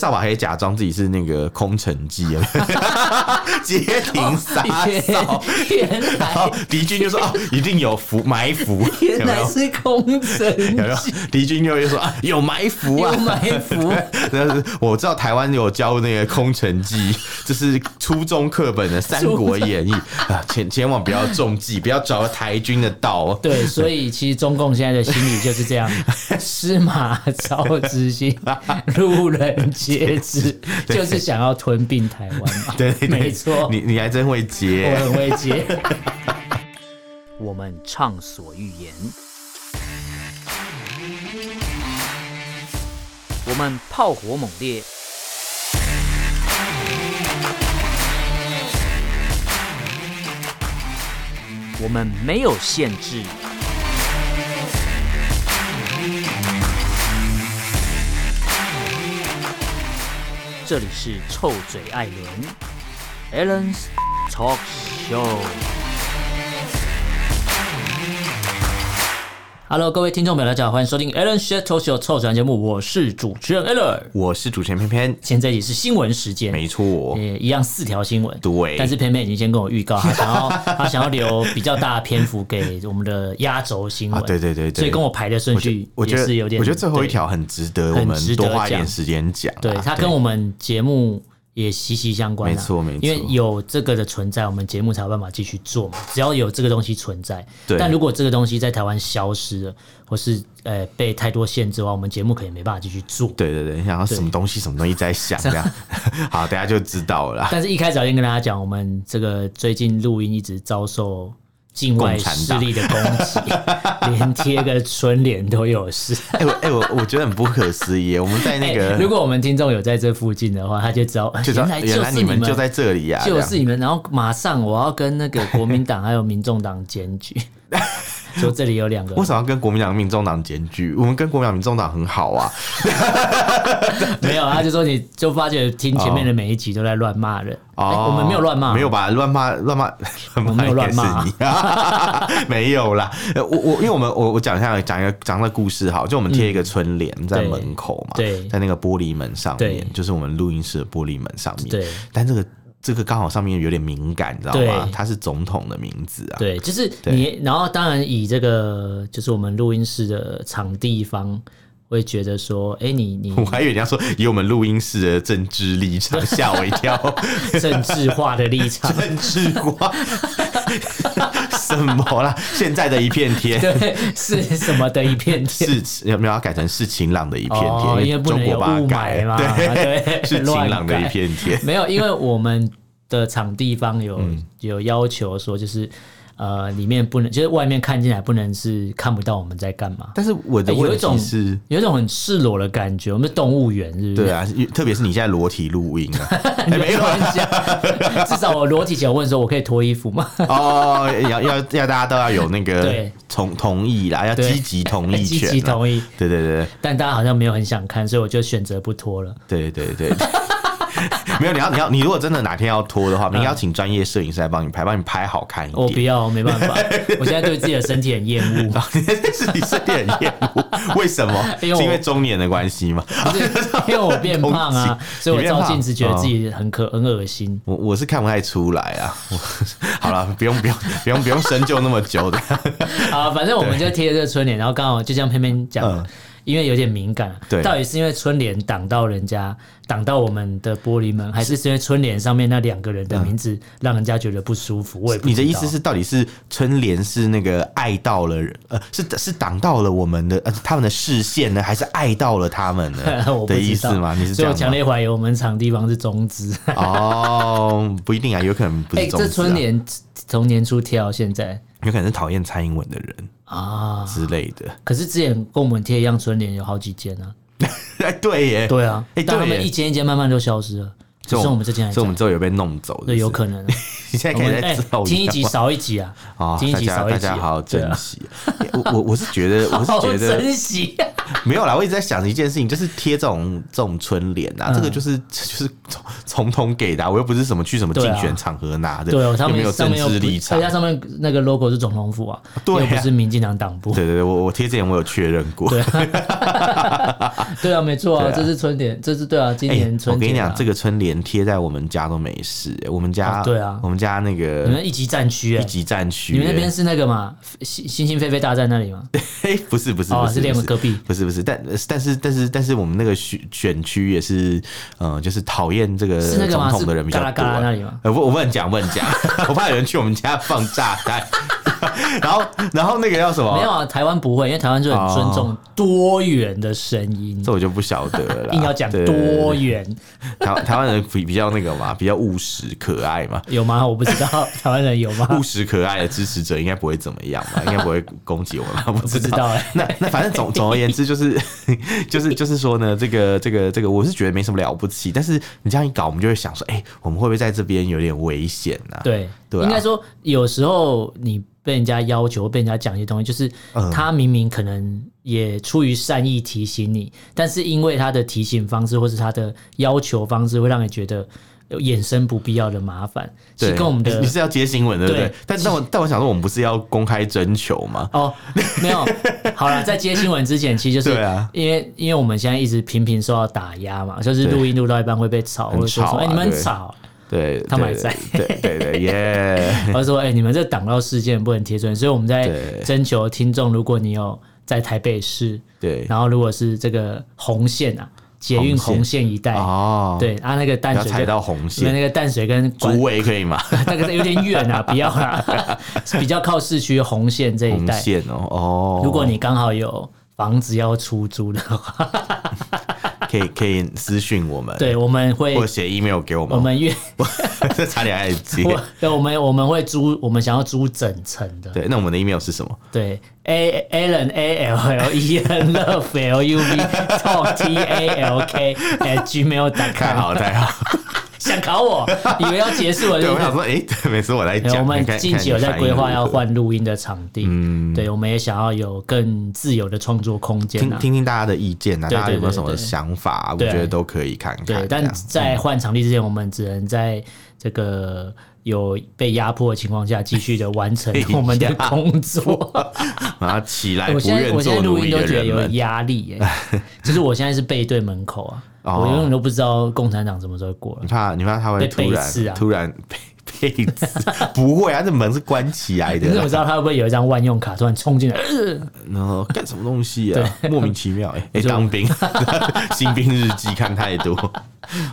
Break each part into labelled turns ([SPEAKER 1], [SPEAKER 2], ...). [SPEAKER 1] 萨瓦黑假装自己是那个空城计， 街亭杀
[SPEAKER 2] 哦
[SPEAKER 1] 扫，
[SPEAKER 2] 原
[SPEAKER 1] 然后
[SPEAKER 2] 来
[SPEAKER 1] 敌军就说哦，一定有伏埋伏，有
[SPEAKER 2] 原
[SPEAKER 1] 没
[SPEAKER 2] 来
[SPEAKER 1] 有？
[SPEAKER 2] 是空
[SPEAKER 1] 有没
[SPEAKER 2] 城
[SPEAKER 1] 有？敌军又又说啊，有埋伏啊
[SPEAKER 2] 有，埋伏，
[SPEAKER 1] 但是我知道台湾有教那个《空城计》，这是初中课本的《三国演义》啊，千千万不要中计，不要着台军的道哦。
[SPEAKER 2] 对，所以其实中共现在的心理就是这样：司马昭之心，路人皆知，就是想要吞并台湾嘛。
[SPEAKER 1] 对对对
[SPEAKER 2] 没错，
[SPEAKER 1] 你你还真会
[SPEAKER 2] 我
[SPEAKER 1] 接。
[SPEAKER 2] 很会接。我们畅所欲言，我们炮火猛烈，我们没有限制。这里是臭嘴艾伦 a l l e n s Talk Show。Hello，各位听众朋友，大家好，欢迎收听 Alan s h a t Talk Show 臭嘴艾节目，我是主持人 Alan。
[SPEAKER 1] 我是主持人偏偏，
[SPEAKER 2] 现在也是新闻时间，
[SPEAKER 1] 没错，
[SPEAKER 2] 也一样四条新闻。
[SPEAKER 1] 对
[SPEAKER 2] 但是偏偏已经先跟我预告，他想 要他想要留比较大的篇幅给我们的压轴新闻、
[SPEAKER 1] 啊对对对对
[SPEAKER 2] 所以跟我排的顺
[SPEAKER 1] 我觉
[SPEAKER 2] 序
[SPEAKER 1] 我觉
[SPEAKER 2] 也是有
[SPEAKER 1] 得
[SPEAKER 2] 点，
[SPEAKER 1] 我觉得最后一
[SPEAKER 2] 对
[SPEAKER 1] 条很值得我们
[SPEAKER 2] 很值得
[SPEAKER 1] 多花一点
[SPEAKER 2] 讲
[SPEAKER 1] 时间讲啊。
[SPEAKER 2] 对，它跟我们节目也息息相关、啊，
[SPEAKER 1] 没错没错
[SPEAKER 2] 因为有这个的存在，我们节目才有办法继续做嘛。只要有这个东西存在，
[SPEAKER 1] 对
[SPEAKER 2] 但如果这个东西在台湾消失了，或是呃被太多限制的话，我们节目可能没办法继续做。
[SPEAKER 1] 对对对，你想要什么东西什么东西在想这样， 好，大家就知道 了啦。
[SPEAKER 2] 但是一开始要先跟大家讲，我们这个最近录音一直遭受。境外
[SPEAKER 1] 共产
[SPEAKER 2] 势
[SPEAKER 1] 党
[SPEAKER 2] 力的攻击， 连贴个春联都有事。
[SPEAKER 1] 哎我哎我我觉得很不可思议耶，我们在那
[SPEAKER 2] 哎如
[SPEAKER 1] 个
[SPEAKER 2] 果我们听众有在这附近的话，他就知道，
[SPEAKER 1] 就知道
[SPEAKER 2] 原来
[SPEAKER 1] 原
[SPEAKER 2] 就
[SPEAKER 1] 来
[SPEAKER 2] 是
[SPEAKER 1] 你
[SPEAKER 2] 你
[SPEAKER 1] 们
[SPEAKER 2] 们
[SPEAKER 1] 就在这里啊，这
[SPEAKER 2] 就
[SPEAKER 1] 样
[SPEAKER 2] 是你们，然后马上我要跟那个国民党还有民众党检 举，说这里有两个
[SPEAKER 1] 为，什么要跟国民党、民众党检举？我们跟国民党、民众党很好啊，
[SPEAKER 2] 没有，啊他就说你就发觉听前面的每一集都在乱骂人，哎
[SPEAKER 1] 哦，
[SPEAKER 2] 我们没有乱骂，
[SPEAKER 1] 没有吧？乱骂、乱骂、
[SPEAKER 2] 我没有乱骂
[SPEAKER 1] 应该是你， 没有啦。呃我我因为我们我我讲一下讲一个讲个故事好，就我们贴一个春联在
[SPEAKER 2] 对
[SPEAKER 1] 门口嘛，
[SPEAKER 2] 嗯对
[SPEAKER 1] 在那个玻璃门上
[SPEAKER 2] 对
[SPEAKER 1] 面，就是我们录音室的玻璃门上面，
[SPEAKER 2] 对。
[SPEAKER 1] 但这个这个刚好上面有点敏感，你知道吗
[SPEAKER 2] 对？
[SPEAKER 1] 它是总统的名字啊，
[SPEAKER 2] 对，就是你，然后当然以这个就是我们录音室的场地方会觉得说，哎，你你
[SPEAKER 1] 我还以为人家说以我们录音室的政治立场，吓我一 跳。
[SPEAKER 2] 政治化的 立场，
[SPEAKER 1] 政治瓜，什么啦？现在的一片天。
[SPEAKER 2] 对，是什么的一片天。
[SPEAKER 1] 是有没有要改成是晴朗的 一片天？
[SPEAKER 2] 哦因为不
[SPEAKER 1] 中
[SPEAKER 2] 能
[SPEAKER 1] 国
[SPEAKER 2] 有
[SPEAKER 1] 把它
[SPEAKER 2] 雾
[SPEAKER 1] 改
[SPEAKER 2] 霾嘛
[SPEAKER 1] 对，
[SPEAKER 2] 对
[SPEAKER 1] 是晴朗的一片天。
[SPEAKER 2] 没有，因为我们的场地方有、
[SPEAKER 1] 嗯
[SPEAKER 2] 有要求说，就是呃，里面不能，就是外面看进来不能是看不到我们在干嘛，
[SPEAKER 1] 但是我的
[SPEAKER 2] 哎有
[SPEAKER 1] 问
[SPEAKER 2] 一种
[SPEAKER 1] 题是，
[SPEAKER 2] 有一种很赤裸的感觉。我们是动物园是不是？
[SPEAKER 1] 对啊，特别是你现在裸体录音啊，哎
[SPEAKER 2] 你
[SPEAKER 1] 没
[SPEAKER 2] 没
[SPEAKER 1] 有
[SPEAKER 2] 有
[SPEAKER 1] 啊
[SPEAKER 2] 关系啊， 至少我裸体前我问说，我可以脱衣服吗？
[SPEAKER 1] 哦，要要要大家都要有那个
[SPEAKER 2] 对
[SPEAKER 1] 同同意啦，要
[SPEAKER 2] 对哎
[SPEAKER 1] 积极 同意
[SPEAKER 2] 积
[SPEAKER 1] 权，啊
[SPEAKER 2] 极同意，
[SPEAKER 1] 对对对
[SPEAKER 2] 但大家好像没有很想看，所以我就选择不脱 了。
[SPEAKER 1] 对对对对。没有，你要你要你如果真的哪天要脱的话，你要请专业摄影师来帮你拍，帮你拍好看一点。
[SPEAKER 2] 嗯我不要，没办法，我现在对自己的身体很厌恶。
[SPEAKER 1] 是你身体很厌恶，为什么？
[SPEAKER 2] 因为我
[SPEAKER 1] 是因为中年的关系吗？
[SPEAKER 2] 不是因为我变胖啊，所以我
[SPEAKER 1] 你变
[SPEAKER 2] 照
[SPEAKER 1] 胖
[SPEAKER 2] 镜子觉得自己很可很恶心。
[SPEAKER 1] 我我是看不太出来啊。我好了，不用不用不用不用深究那么久 的。
[SPEAKER 2] 啊，反正我们就贴这个春联，然后刚好就像偏偏讲的
[SPEAKER 1] 嗯
[SPEAKER 2] 因为有点敏感，啊
[SPEAKER 1] 对
[SPEAKER 2] 到底是因为春联挡到人家，挡到我们的玻璃门，还是是因为春联上面那两个人的名字让人家觉得不舒服？我也
[SPEAKER 1] 嗯
[SPEAKER 2] 不
[SPEAKER 1] 你的意思
[SPEAKER 2] 知道
[SPEAKER 1] 是，到底是春联是那个爱到了，呃，是是挡到了我们的呃他们的视线呢，还是爱到了他们 呢
[SPEAKER 2] 我不
[SPEAKER 1] 的
[SPEAKER 2] 知道
[SPEAKER 1] 意思吗？你是这
[SPEAKER 2] 所以我
[SPEAKER 1] 样
[SPEAKER 2] 强
[SPEAKER 1] 吗？
[SPEAKER 2] 烈怀疑我们场地方是中资。
[SPEAKER 1] 啊哦，不一定啊，有可能不
[SPEAKER 2] 哎、
[SPEAKER 1] 是中
[SPEAKER 2] 这
[SPEAKER 1] 指啊
[SPEAKER 2] 春联从年初贴到现在
[SPEAKER 1] 有可能是讨厌蔡英文的人
[SPEAKER 2] 啊，
[SPEAKER 1] 之类的。
[SPEAKER 2] 可是之前跟我们贴一样春联有好几间啊，
[SPEAKER 1] 哎，对耶，
[SPEAKER 2] 对啊，
[SPEAKER 1] 哎
[SPEAKER 2] 但他
[SPEAKER 1] 对
[SPEAKER 2] 们
[SPEAKER 1] 耶
[SPEAKER 2] 一间一间慢慢都消失了，只剩我们这间还
[SPEAKER 1] 所以我
[SPEAKER 2] 在
[SPEAKER 1] 们。之后有被弄走的，
[SPEAKER 2] 对，有
[SPEAKER 1] 能。
[SPEAKER 2] 可能啊、
[SPEAKER 1] 你现在
[SPEAKER 2] 我
[SPEAKER 1] 可以
[SPEAKER 2] 们哎
[SPEAKER 1] 在之后
[SPEAKER 2] 听一集少一集啊，
[SPEAKER 1] 啊，
[SPEAKER 2] 听一
[SPEAKER 1] 大
[SPEAKER 2] 集
[SPEAKER 1] 家
[SPEAKER 2] 少一
[SPEAKER 1] 大
[SPEAKER 2] 集啊，
[SPEAKER 1] 家好好
[SPEAKER 2] 对
[SPEAKER 1] 珍
[SPEAKER 2] 啊
[SPEAKER 1] 惜。 我我我是觉得，我
[SPEAKER 2] 好
[SPEAKER 1] 是觉得
[SPEAKER 2] 珍惜，啊
[SPEAKER 1] 没有啦，我一直在想一件事情，就是贴这种这种春联啊，
[SPEAKER 2] 嗯
[SPEAKER 1] 这个就是就是从从统给的啊，我又不是什么去什么
[SPEAKER 2] 对
[SPEAKER 1] 竞
[SPEAKER 2] 啊
[SPEAKER 1] 选场合拿的，
[SPEAKER 2] 对哦，他
[SPEAKER 1] 又没
[SPEAKER 2] 们
[SPEAKER 1] 有
[SPEAKER 2] 上
[SPEAKER 1] 政
[SPEAKER 2] 面又
[SPEAKER 1] 治
[SPEAKER 2] 不哎
[SPEAKER 1] 立场
[SPEAKER 2] 而且。它上面那个 logo 是总统府啊，
[SPEAKER 1] 对啊
[SPEAKER 2] 又不是民进党党部
[SPEAKER 1] 对，对对，我我贴之前我有确认过，
[SPEAKER 2] 对啊，没错啊，
[SPEAKER 1] 对啊
[SPEAKER 2] 这是春联，这是对啊，今
[SPEAKER 1] 哎、
[SPEAKER 2] 年
[SPEAKER 1] 我
[SPEAKER 2] 春
[SPEAKER 1] 跟
[SPEAKER 2] 节、啊
[SPEAKER 1] 你讲，这个春联贴在我们家都没事、我们家、
[SPEAKER 2] 哦对啊
[SPEAKER 1] 我们家那
[SPEAKER 2] 你
[SPEAKER 1] 个
[SPEAKER 2] 们一级战区、
[SPEAKER 1] 一
[SPEAKER 2] 欸，
[SPEAKER 1] 级战区、
[SPEAKER 2] 你们那
[SPEAKER 1] 哎
[SPEAKER 2] 边是那个嘛？星星星飞飞大战那里吗？
[SPEAKER 1] 嘿，哎不是不是
[SPEAKER 2] 哦
[SPEAKER 1] 不
[SPEAKER 2] 是练
[SPEAKER 1] 不
[SPEAKER 2] 隔壁
[SPEAKER 1] 不是不是，但但是但是但是我们那个选选区也是，呃，就是讨厌这个
[SPEAKER 2] 是那个
[SPEAKER 1] 总
[SPEAKER 2] 吗？
[SPEAKER 1] 统的人
[SPEAKER 2] 是
[SPEAKER 1] 比
[SPEAKER 2] 嘎
[SPEAKER 1] 较
[SPEAKER 2] 啦
[SPEAKER 1] 多
[SPEAKER 2] 嘎啦那
[SPEAKER 1] 啊。
[SPEAKER 2] 里吗？
[SPEAKER 1] 呃，我我不能讲，不能讲， 我怕有人去我们家放炸弹。然后然后那个叫什么？
[SPEAKER 2] 没有啊，台湾不会，因为台湾就很尊重多元的声音
[SPEAKER 1] 哦这，我就不晓得了啦。
[SPEAKER 2] 硬要讲
[SPEAKER 1] 对
[SPEAKER 2] 多元，
[SPEAKER 1] 台台湾人比比较那个嘛，比较务实可爱嘛。
[SPEAKER 2] 有吗？我不知 道台湾人有 吗？
[SPEAKER 1] 务实可爱的支持者应该不会怎么样 吧？应该不会攻击我们吧？我不知
[SPEAKER 2] 知
[SPEAKER 1] 道。
[SPEAKER 2] 道欸
[SPEAKER 1] 那那反正总总而言之就是 就是就是说呢，这个这个这个，我是觉得没什么了不起。但是你这样一搞，我们就会想说，哎、我们会不会在这边有点危险呐、啊？
[SPEAKER 2] 对，
[SPEAKER 1] 对啊
[SPEAKER 2] 应该说有时候你被人家要求、被人家讲一些东西，就是
[SPEAKER 1] 嗯
[SPEAKER 2] 他明明可能也出于善意提醒你，但是因为他的提醒方式或是他的要求方式，会让你觉得有衍生不必要的麻烦。其实
[SPEAKER 1] 对，
[SPEAKER 2] 跟我们的
[SPEAKER 1] 你你是要接新闻对不对？
[SPEAKER 2] 对
[SPEAKER 1] 但但我但我想说，我们不是要公开征求吗？
[SPEAKER 2] 哦，没有，好了，在接新闻之前，其实就 是
[SPEAKER 1] 对啊
[SPEAKER 2] 因为因为我们现在一直频频受到打压嘛，就是录音录到一半会被吵，或者说
[SPEAKER 1] 很吵
[SPEAKER 2] 说
[SPEAKER 1] 啊
[SPEAKER 2] 哎、你们
[SPEAKER 1] 对
[SPEAKER 2] 很吵，
[SPEAKER 1] 对，
[SPEAKER 2] 他们还
[SPEAKER 1] 对
[SPEAKER 2] 在
[SPEAKER 1] 对对 对，耶！
[SPEAKER 2] 或者说哎、你们这挡到事件不能贴准，所以我们在
[SPEAKER 1] 对
[SPEAKER 2] 征求听众，如果你有在台北市，
[SPEAKER 1] 对
[SPEAKER 2] 然后如果是这个红线啊，捷运
[SPEAKER 1] 红
[SPEAKER 2] 红线一带，
[SPEAKER 1] 哦，，
[SPEAKER 2] 哎对啊，那个淡
[SPEAKER 1] 不要
[SPEAKER 2] 水
[SPEAKER 1] 踩
[SPEAKER 2] 跟
[SPEAKER 1] 到红线，
[SPEAKER 2] 那个淡水跟关
[SPEAKER 1] 竹围可以吗？
[SPEAKER 2] 那个有点远 啊，不 要啦，比较靠市区红线这一
[SPEAKER 1] 红
[SPEAKER 2] 带。
[SPEAKER 1] 线哦哦，
[SPEAKER 2] 如果你刚好有房子要出租的话，
[SPEAKER 1] 可以可以私讯我们，
[SPEAKER 2] 对，我们会
[SPEAKER 1] 或写 email 给我们，
[SPEAKER 2] 我们愿
[SPEAKER 1] 这差点爱接。
[SPEAKER 2] 我对我们我们会租，我们想要租整层的。
[SPEAKER 1] 对，那我们的 email 是什么？
[SPEAKER 2] 对，A Alan A L L E N Love L U V Talk T A L K at gmail
[SPEAKER 1] 太
[SPEAKER 2] com。
[SPEAKER 1] 好了太 好了。
[SPEAKER 2] 想考我，以为要结束了，
[SPEAKER 1] 对，
[SPEAKER 2] 就
[SPEAKER 1] 我
[SPEAKER 2] 是
[SPEAKER 1] 想说，诶，每次我来
[SPEAKER 2] 对
[SPEAKER 1] 讲，
[SPEAKER 2] 我们
[SPEAKER 1] 看
[SPEAKER 2] 近期有在规划要。
[SPEAKER 1] 看你反应如何
[SPEAKER 2] 换录音的场地，
[SPEAKER 1] 嗯
[SPEAKER 2] 对，我们也想要有更自由的创作空间
[SPEAKER 1] 听
[SPEAKER 2] 啊。
[SPEAKER 1] 听听大家的意见啊，
[SPEAKER 2] 对
[SPEAKER 1] 大家有没有
[SPEAKER 2] 对
[SPEAKER 1] 什么
[SPEAKER 2] 对
[SPEAKER 1] 想法？啊我
[SPEAKER 2] 对
[SPEAKER 1] 觉得都可以看看这
[SPEAKER 2] 对
[SPEAKER 1] 样。，嗯
[SPEAKER 2] 但 在换场地之前，我们只能在这个有被压迫的情况下，继续的完成我们的工作。
[SPEAKER 1] 然后起来
[SPEAKER 2] 我
[SPEAKER 1] 哎不
[SPEAKER 2] 现在
[SPEAKER 1] 愿
[SPEAKER 2] 我现
[SPEAKER 1] 做
[SPEAKER 2] 在
[SPEAKER 1] 奴
[SPEAKER 2] 录音
[SPEAKER 1] 隶
[SPEAKER 2] 都
[SPEAKER 1] 的
[SPEAKER 2] 觉得
[SPEAKER 1] 人
[SPEAKER 2] 有
[SPEAKER 1] 们，
[SPEAKER 2] 压力耶、 就是我现在是背对门口啊，
[SPEAKER 1] 哦
[SPEAKER 2] 我永远都不知道共产党什么时候会过 来
[SPEAKER 1] 你。怕你怕他会
[SPEAKER 2] 被
[SPEAKER 1] 突
[SPEAKER 2] 背刺
[SPEAKER 1] 然
[SPEAKER 2] 啊
[SPEAKER 1] 突然 被被 刺？不会啊，这门是关起来
[SPEAKER 2] 你
[SPEAKER 1] 的
[SPEAKER 2] 怎么
[SPEAKER 1] 啦。
[SPEAKER 2] 知道他会不会有一张万用卡突然冲 进来？
[SPEAKER 1] 然后干什么东西啊？莫名其妙哎，诶当兵新兵 日记看太多。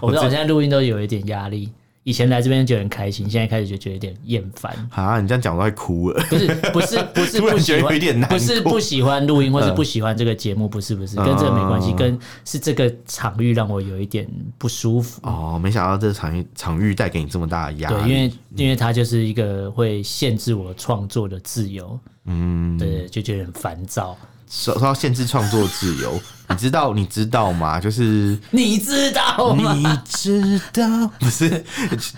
[SPEAKER 2] 我知道我现在录音都有一点压力，以前来这边就很开心，现在开始就觉得有点厌烦。
[SPEAKER 1] 啊，你这样讲我都快哭了。
[SPEAKER 2] 不是不是不是
[SPEAKER 1] 突然
[SPEAKER 2] 不喜
[SPEAKER 1] 觉得有点
[SPEAKER 2] 欢，
[SPEAKER 1] 难
[SPEAKER 2] 不是
[SPEAKER 1] 过嗯
[SPEAKER 2] 不喜欢录音，或是不喜欢这个节目，不是不是，跟这个没关
[SPEAKER 1] 哦
[SPEAKER 2] 系，跟是这个场域让我有一点不舒服。
[SPEAKER 1] 哦，没想到这场域场域带给你这么大的压
[SPEAKER 2] 对，因
[SPEAKER 1] 力。
[SPEAKER 2] 为因为它就是一个会限制我创作的自由，嗯，对，就觉得很烦躁。
[SPEAKER 1] 说说到限制创作自 由，你知道你知道吗？就是
[SPEAKER 2] 你知道吗？
[SPEAKER 1] 你知道， 不是，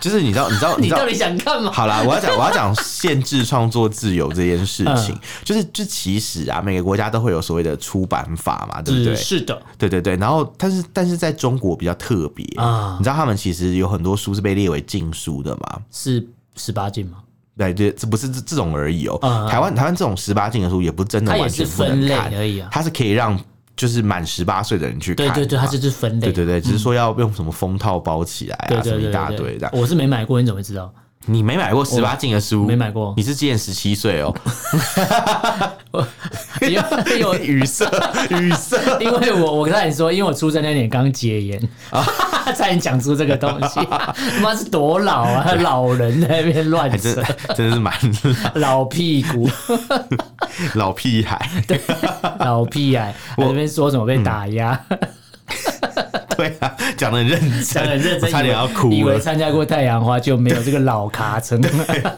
[SPEAKER 1] 就是你知道你知道
[SPEAKER 2] 你
[SPEAKER 1] 知道
[SPEAKER 2] 到。底想干嘛？
[SPEAKER 1] 好啦，我要讲我要讲限制创作自由这件事情，
[SPEAKER 2] 嗯
[SPEAKER 1] 就是就其实啊，每个国家都会有所谓的出版法嘛，对不对
[SPEAKER 2] 只？是的，
[SPEAKER 1] 对对对，然后但是但是在中国比较特别
[SPEAKER 2] 啊
[SPEAKER 1] 你知道他们其实有很多书是被列为禁书的嘛，
[SPEAKER 2] 是十八禁吗？
[SPEAKER 1] 对对，这不是这这种而已哦、
[SPEAKER 2] 嗯
[SPEAKER 1] 台湾台湾这种十八禁的书也不真的
[SPEAKER 2] 它也
[SPEAKER 1] 完
[SPEAKER 2] 是
[SPEAKER 1] 全不能
[SPEAKER 2] 分类
[SPEAKER 1] 看，
[SPEAKER 2] 而已啊。
[SPEAKER 1] 它是可以让就是满十八岁的人去看
[SPEAKER 2] 对
[SPEAKER 1] 嘛。
[SPEAKER 2] 对对，它就是分
[SPEAKER 1] 对
[SPEAKER 2] 类。
[SPEAKER 1] 对对，只是说要用什么封套包起来
[SPEAKER 2] 对
[SPEAKER 1] 啊，什
[SPEAKER 2] 对
[SPEAKER 1] 么
[SPEAKER 2] 对
[SPEAKER 1] 一大
[SPEAKER 2] 对
[SPEAKER 1] 堆
[SPEAKER 2] 对
[SPEAKER 1] 的。
[SPEAKER 2] 我是没买过，你怎么会 知道？
[SPEAKER 1] 你没买过十八禁的书？
[SPEAKER 2] 没买过
[SPEAKER 1] 你是今年十七岁 哦。
[SPEAKER 2] 有有
[SPEAKER 1] 语 塞，语塞。
[SPEAKER 2] 因为我我跟你说，因为我出生那年刚戒烟，
[SPEAKER 1] 啊
[SPEAKER 2] 差点讲出这个东西， 他妈是多老啊，老人在那边乱
[SPEAKER 1] 还哎真
[SPEAKER 2] 扯，
[SPEAKER 1] 真的是蛮
[SPEAKER 2] 老屁股、
[SPEAKER 1] 老屁孩，
[SPEAKER 2] 老屁癌，在那边说什么被打
[SPEAKER 1] 嗯
[SPEAKER 2] 压，
[SPEAKER 1] 对啊，讲的认真，
[SPEAKER 2] 讲得很认
[SPEAKER 1] 我
[SPEAKER 2] 真，
[SPEAKER 1] 差点要
[SPEAKER 2] 以
[SPEAKER 1] 哭
[SPEAKER 2] 为
[SPEAKER 1] 了。
[SPEAKER 2] 参加过太阳花就没有这个老卡层，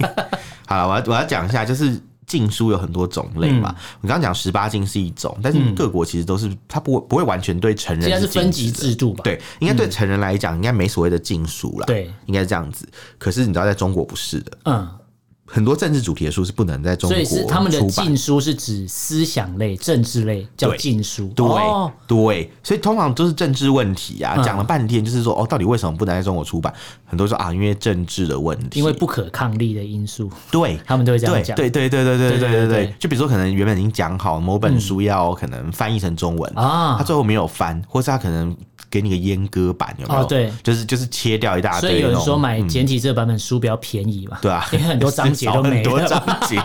[SPEAKER 1] 好了，我要我要讲一下，就是禁书有很多种类
[SPEAKER 2] 嗯
[SPEAKER 1] 嘛。我刚刚讲十八禁是一种，但是各国其实都是它不不会完全对成人
[SPEAKER 2] 现在是
[SPEAKER 1] 禁
[SPEAKER 2] 分级
[SPEAKER 1] 止的
[SPEAKER 2] 制度吧？
[SPEAKER 1] 对，应该对成人来讲，应该没所谓的禁书啦。
[SPEAKER 2] 嗯对，
[SPEAKER 1] 应该是这样子。可是你知道，在中国不是的，
[SPEAKER 2] 嗯，
[SPEAKER 1] 很多政治主题的书是不能在中
[SPEAKER 2] 所
[SPEAKER 1] 国
[SPEAKER 2] 以
[SPEAKER 1] 出
[SPEAKER 2] 是
[SPEAKER 1] 版。
[SPEAKER 2] 他们的禁书是指思想类、政治类叫
[SPEAKER 1] 对
[SPEAKER 2] 禁书。
[SPEAKER 1] 对、
[SPEAKER 2] 哦
[SPEAKER 1] 对，所以通常都是政治问题啊，
[SPEAKER 2] 嗯
[SPEAKER 1] 讲、了半天就是说哦，到底为什么不能在中国出版？很多人说啊，因为政治的问题，
[SPEAKER 2] 因为不可抗力的因素，
[SPEAKER 1] 对。
[SPEAKER 2] 他们都会这
[SPEAKER 1] 对
[SPEAKER 2] 样讲。
[SPEAKER 1] 对对对对对对
[SPEAKER 2] 对
[SPEAKER 1] 对
[SPEAKER 2] 对
[SPEAKER 1] 对
[SPEAKER 2] 对嗯
[SPEAKER 1] 对，就比如说可能原本已经讲好某本书要可能翻译成中文，
[SPEAKER 2] 啊
[SPEAKER 1] 他，最后没有翻，或是他可能给你个阉割版，有没有？
[SPEAKER 2] 哦对
[SPEAKER 1] 就是就是切掉一大
[SPEAKER 2] 所
[SPEAKER 1] 堆那种。
[SPEAKER 2] 以有人说买
[SPEAKER 1] 嗯
[SPEAKER 2] 简体字的版本书比较便宜嘛。
[SPEAKER 1] 对啊，
[SPEAKER 2] 因为很多章节都 没
[SPEAKER 1] 很多
[SPEAKER 2] 了。
[SPEAKER 1] 章节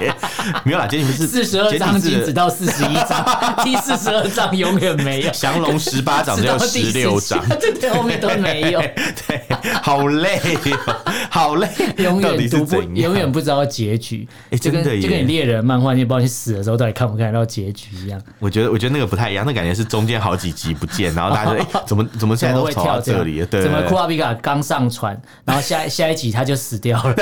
[SPEAKER 1] 没有啦，简体字
[SPEAKER 2] 四十二
[SPEAKER 1] 简
[SPEAKER 2] 章
[SPEAKER 1] 体字
[SPEAKER 2] 仅
[SPEAKER 1] 的
[SPEAKER 2] 只到四十一 章，第四十二章永远没有，
[SPEAKER 1] 降龙十八掌只
[SPEAKER 2] 直
[SPEAKER 1] 有
[SPEAKER 2] 到第
[SPEAKER 1] 十六章，
[SPEAKER 2] 17对对，后面都没 有，
[SPEAKER 1] 对，好累、哦，好累，
[SPEAKER 2] 永
[SPEAKER 1] 到底
[SPEAKER 2] 远
[SPEAKER 1] 是
[SPEAKER 2] 读
[SPEAKER 1] 怎
[SPEAKER 2] 不，
[SPEAKER 1] 样？
[SPEAKER 2] 永远不知道结局。
[SPEAKER 1] 诶
[SPEAKER 2] 就跟
[SPEAKER 1] 真的耶
[SPEAKER 2] 就跟你猎人漫画，你也不知道你死的时候到底看不看得到结局一样。
[SPEAKER 1] 我觉得，我觉得那个不太一样，那感觉是中间好几集不见，然后大家 就哎、诶怎么怎么
[SPEAKER 2] 怎
[SPEAKER 1] 现在
[SPEAKER 2] 么
[SPEAKER 1] 都
[SPEAKER 2] 会
[SPEAKER 1] 跑
[SPEAKER 2] 跳
[SPEAKER 1] 到
[SPEAKER 2] 这样
[SPEAKER 1] 这里了？对
[SPEAKER 2] 怎么
[SPEAKER 1] 对
[SPEAKER 2] 库
[SPEAKER 1] 对
[SPEAKER 2] 拉比卡刚上船，然后下下一集他就死 掉了？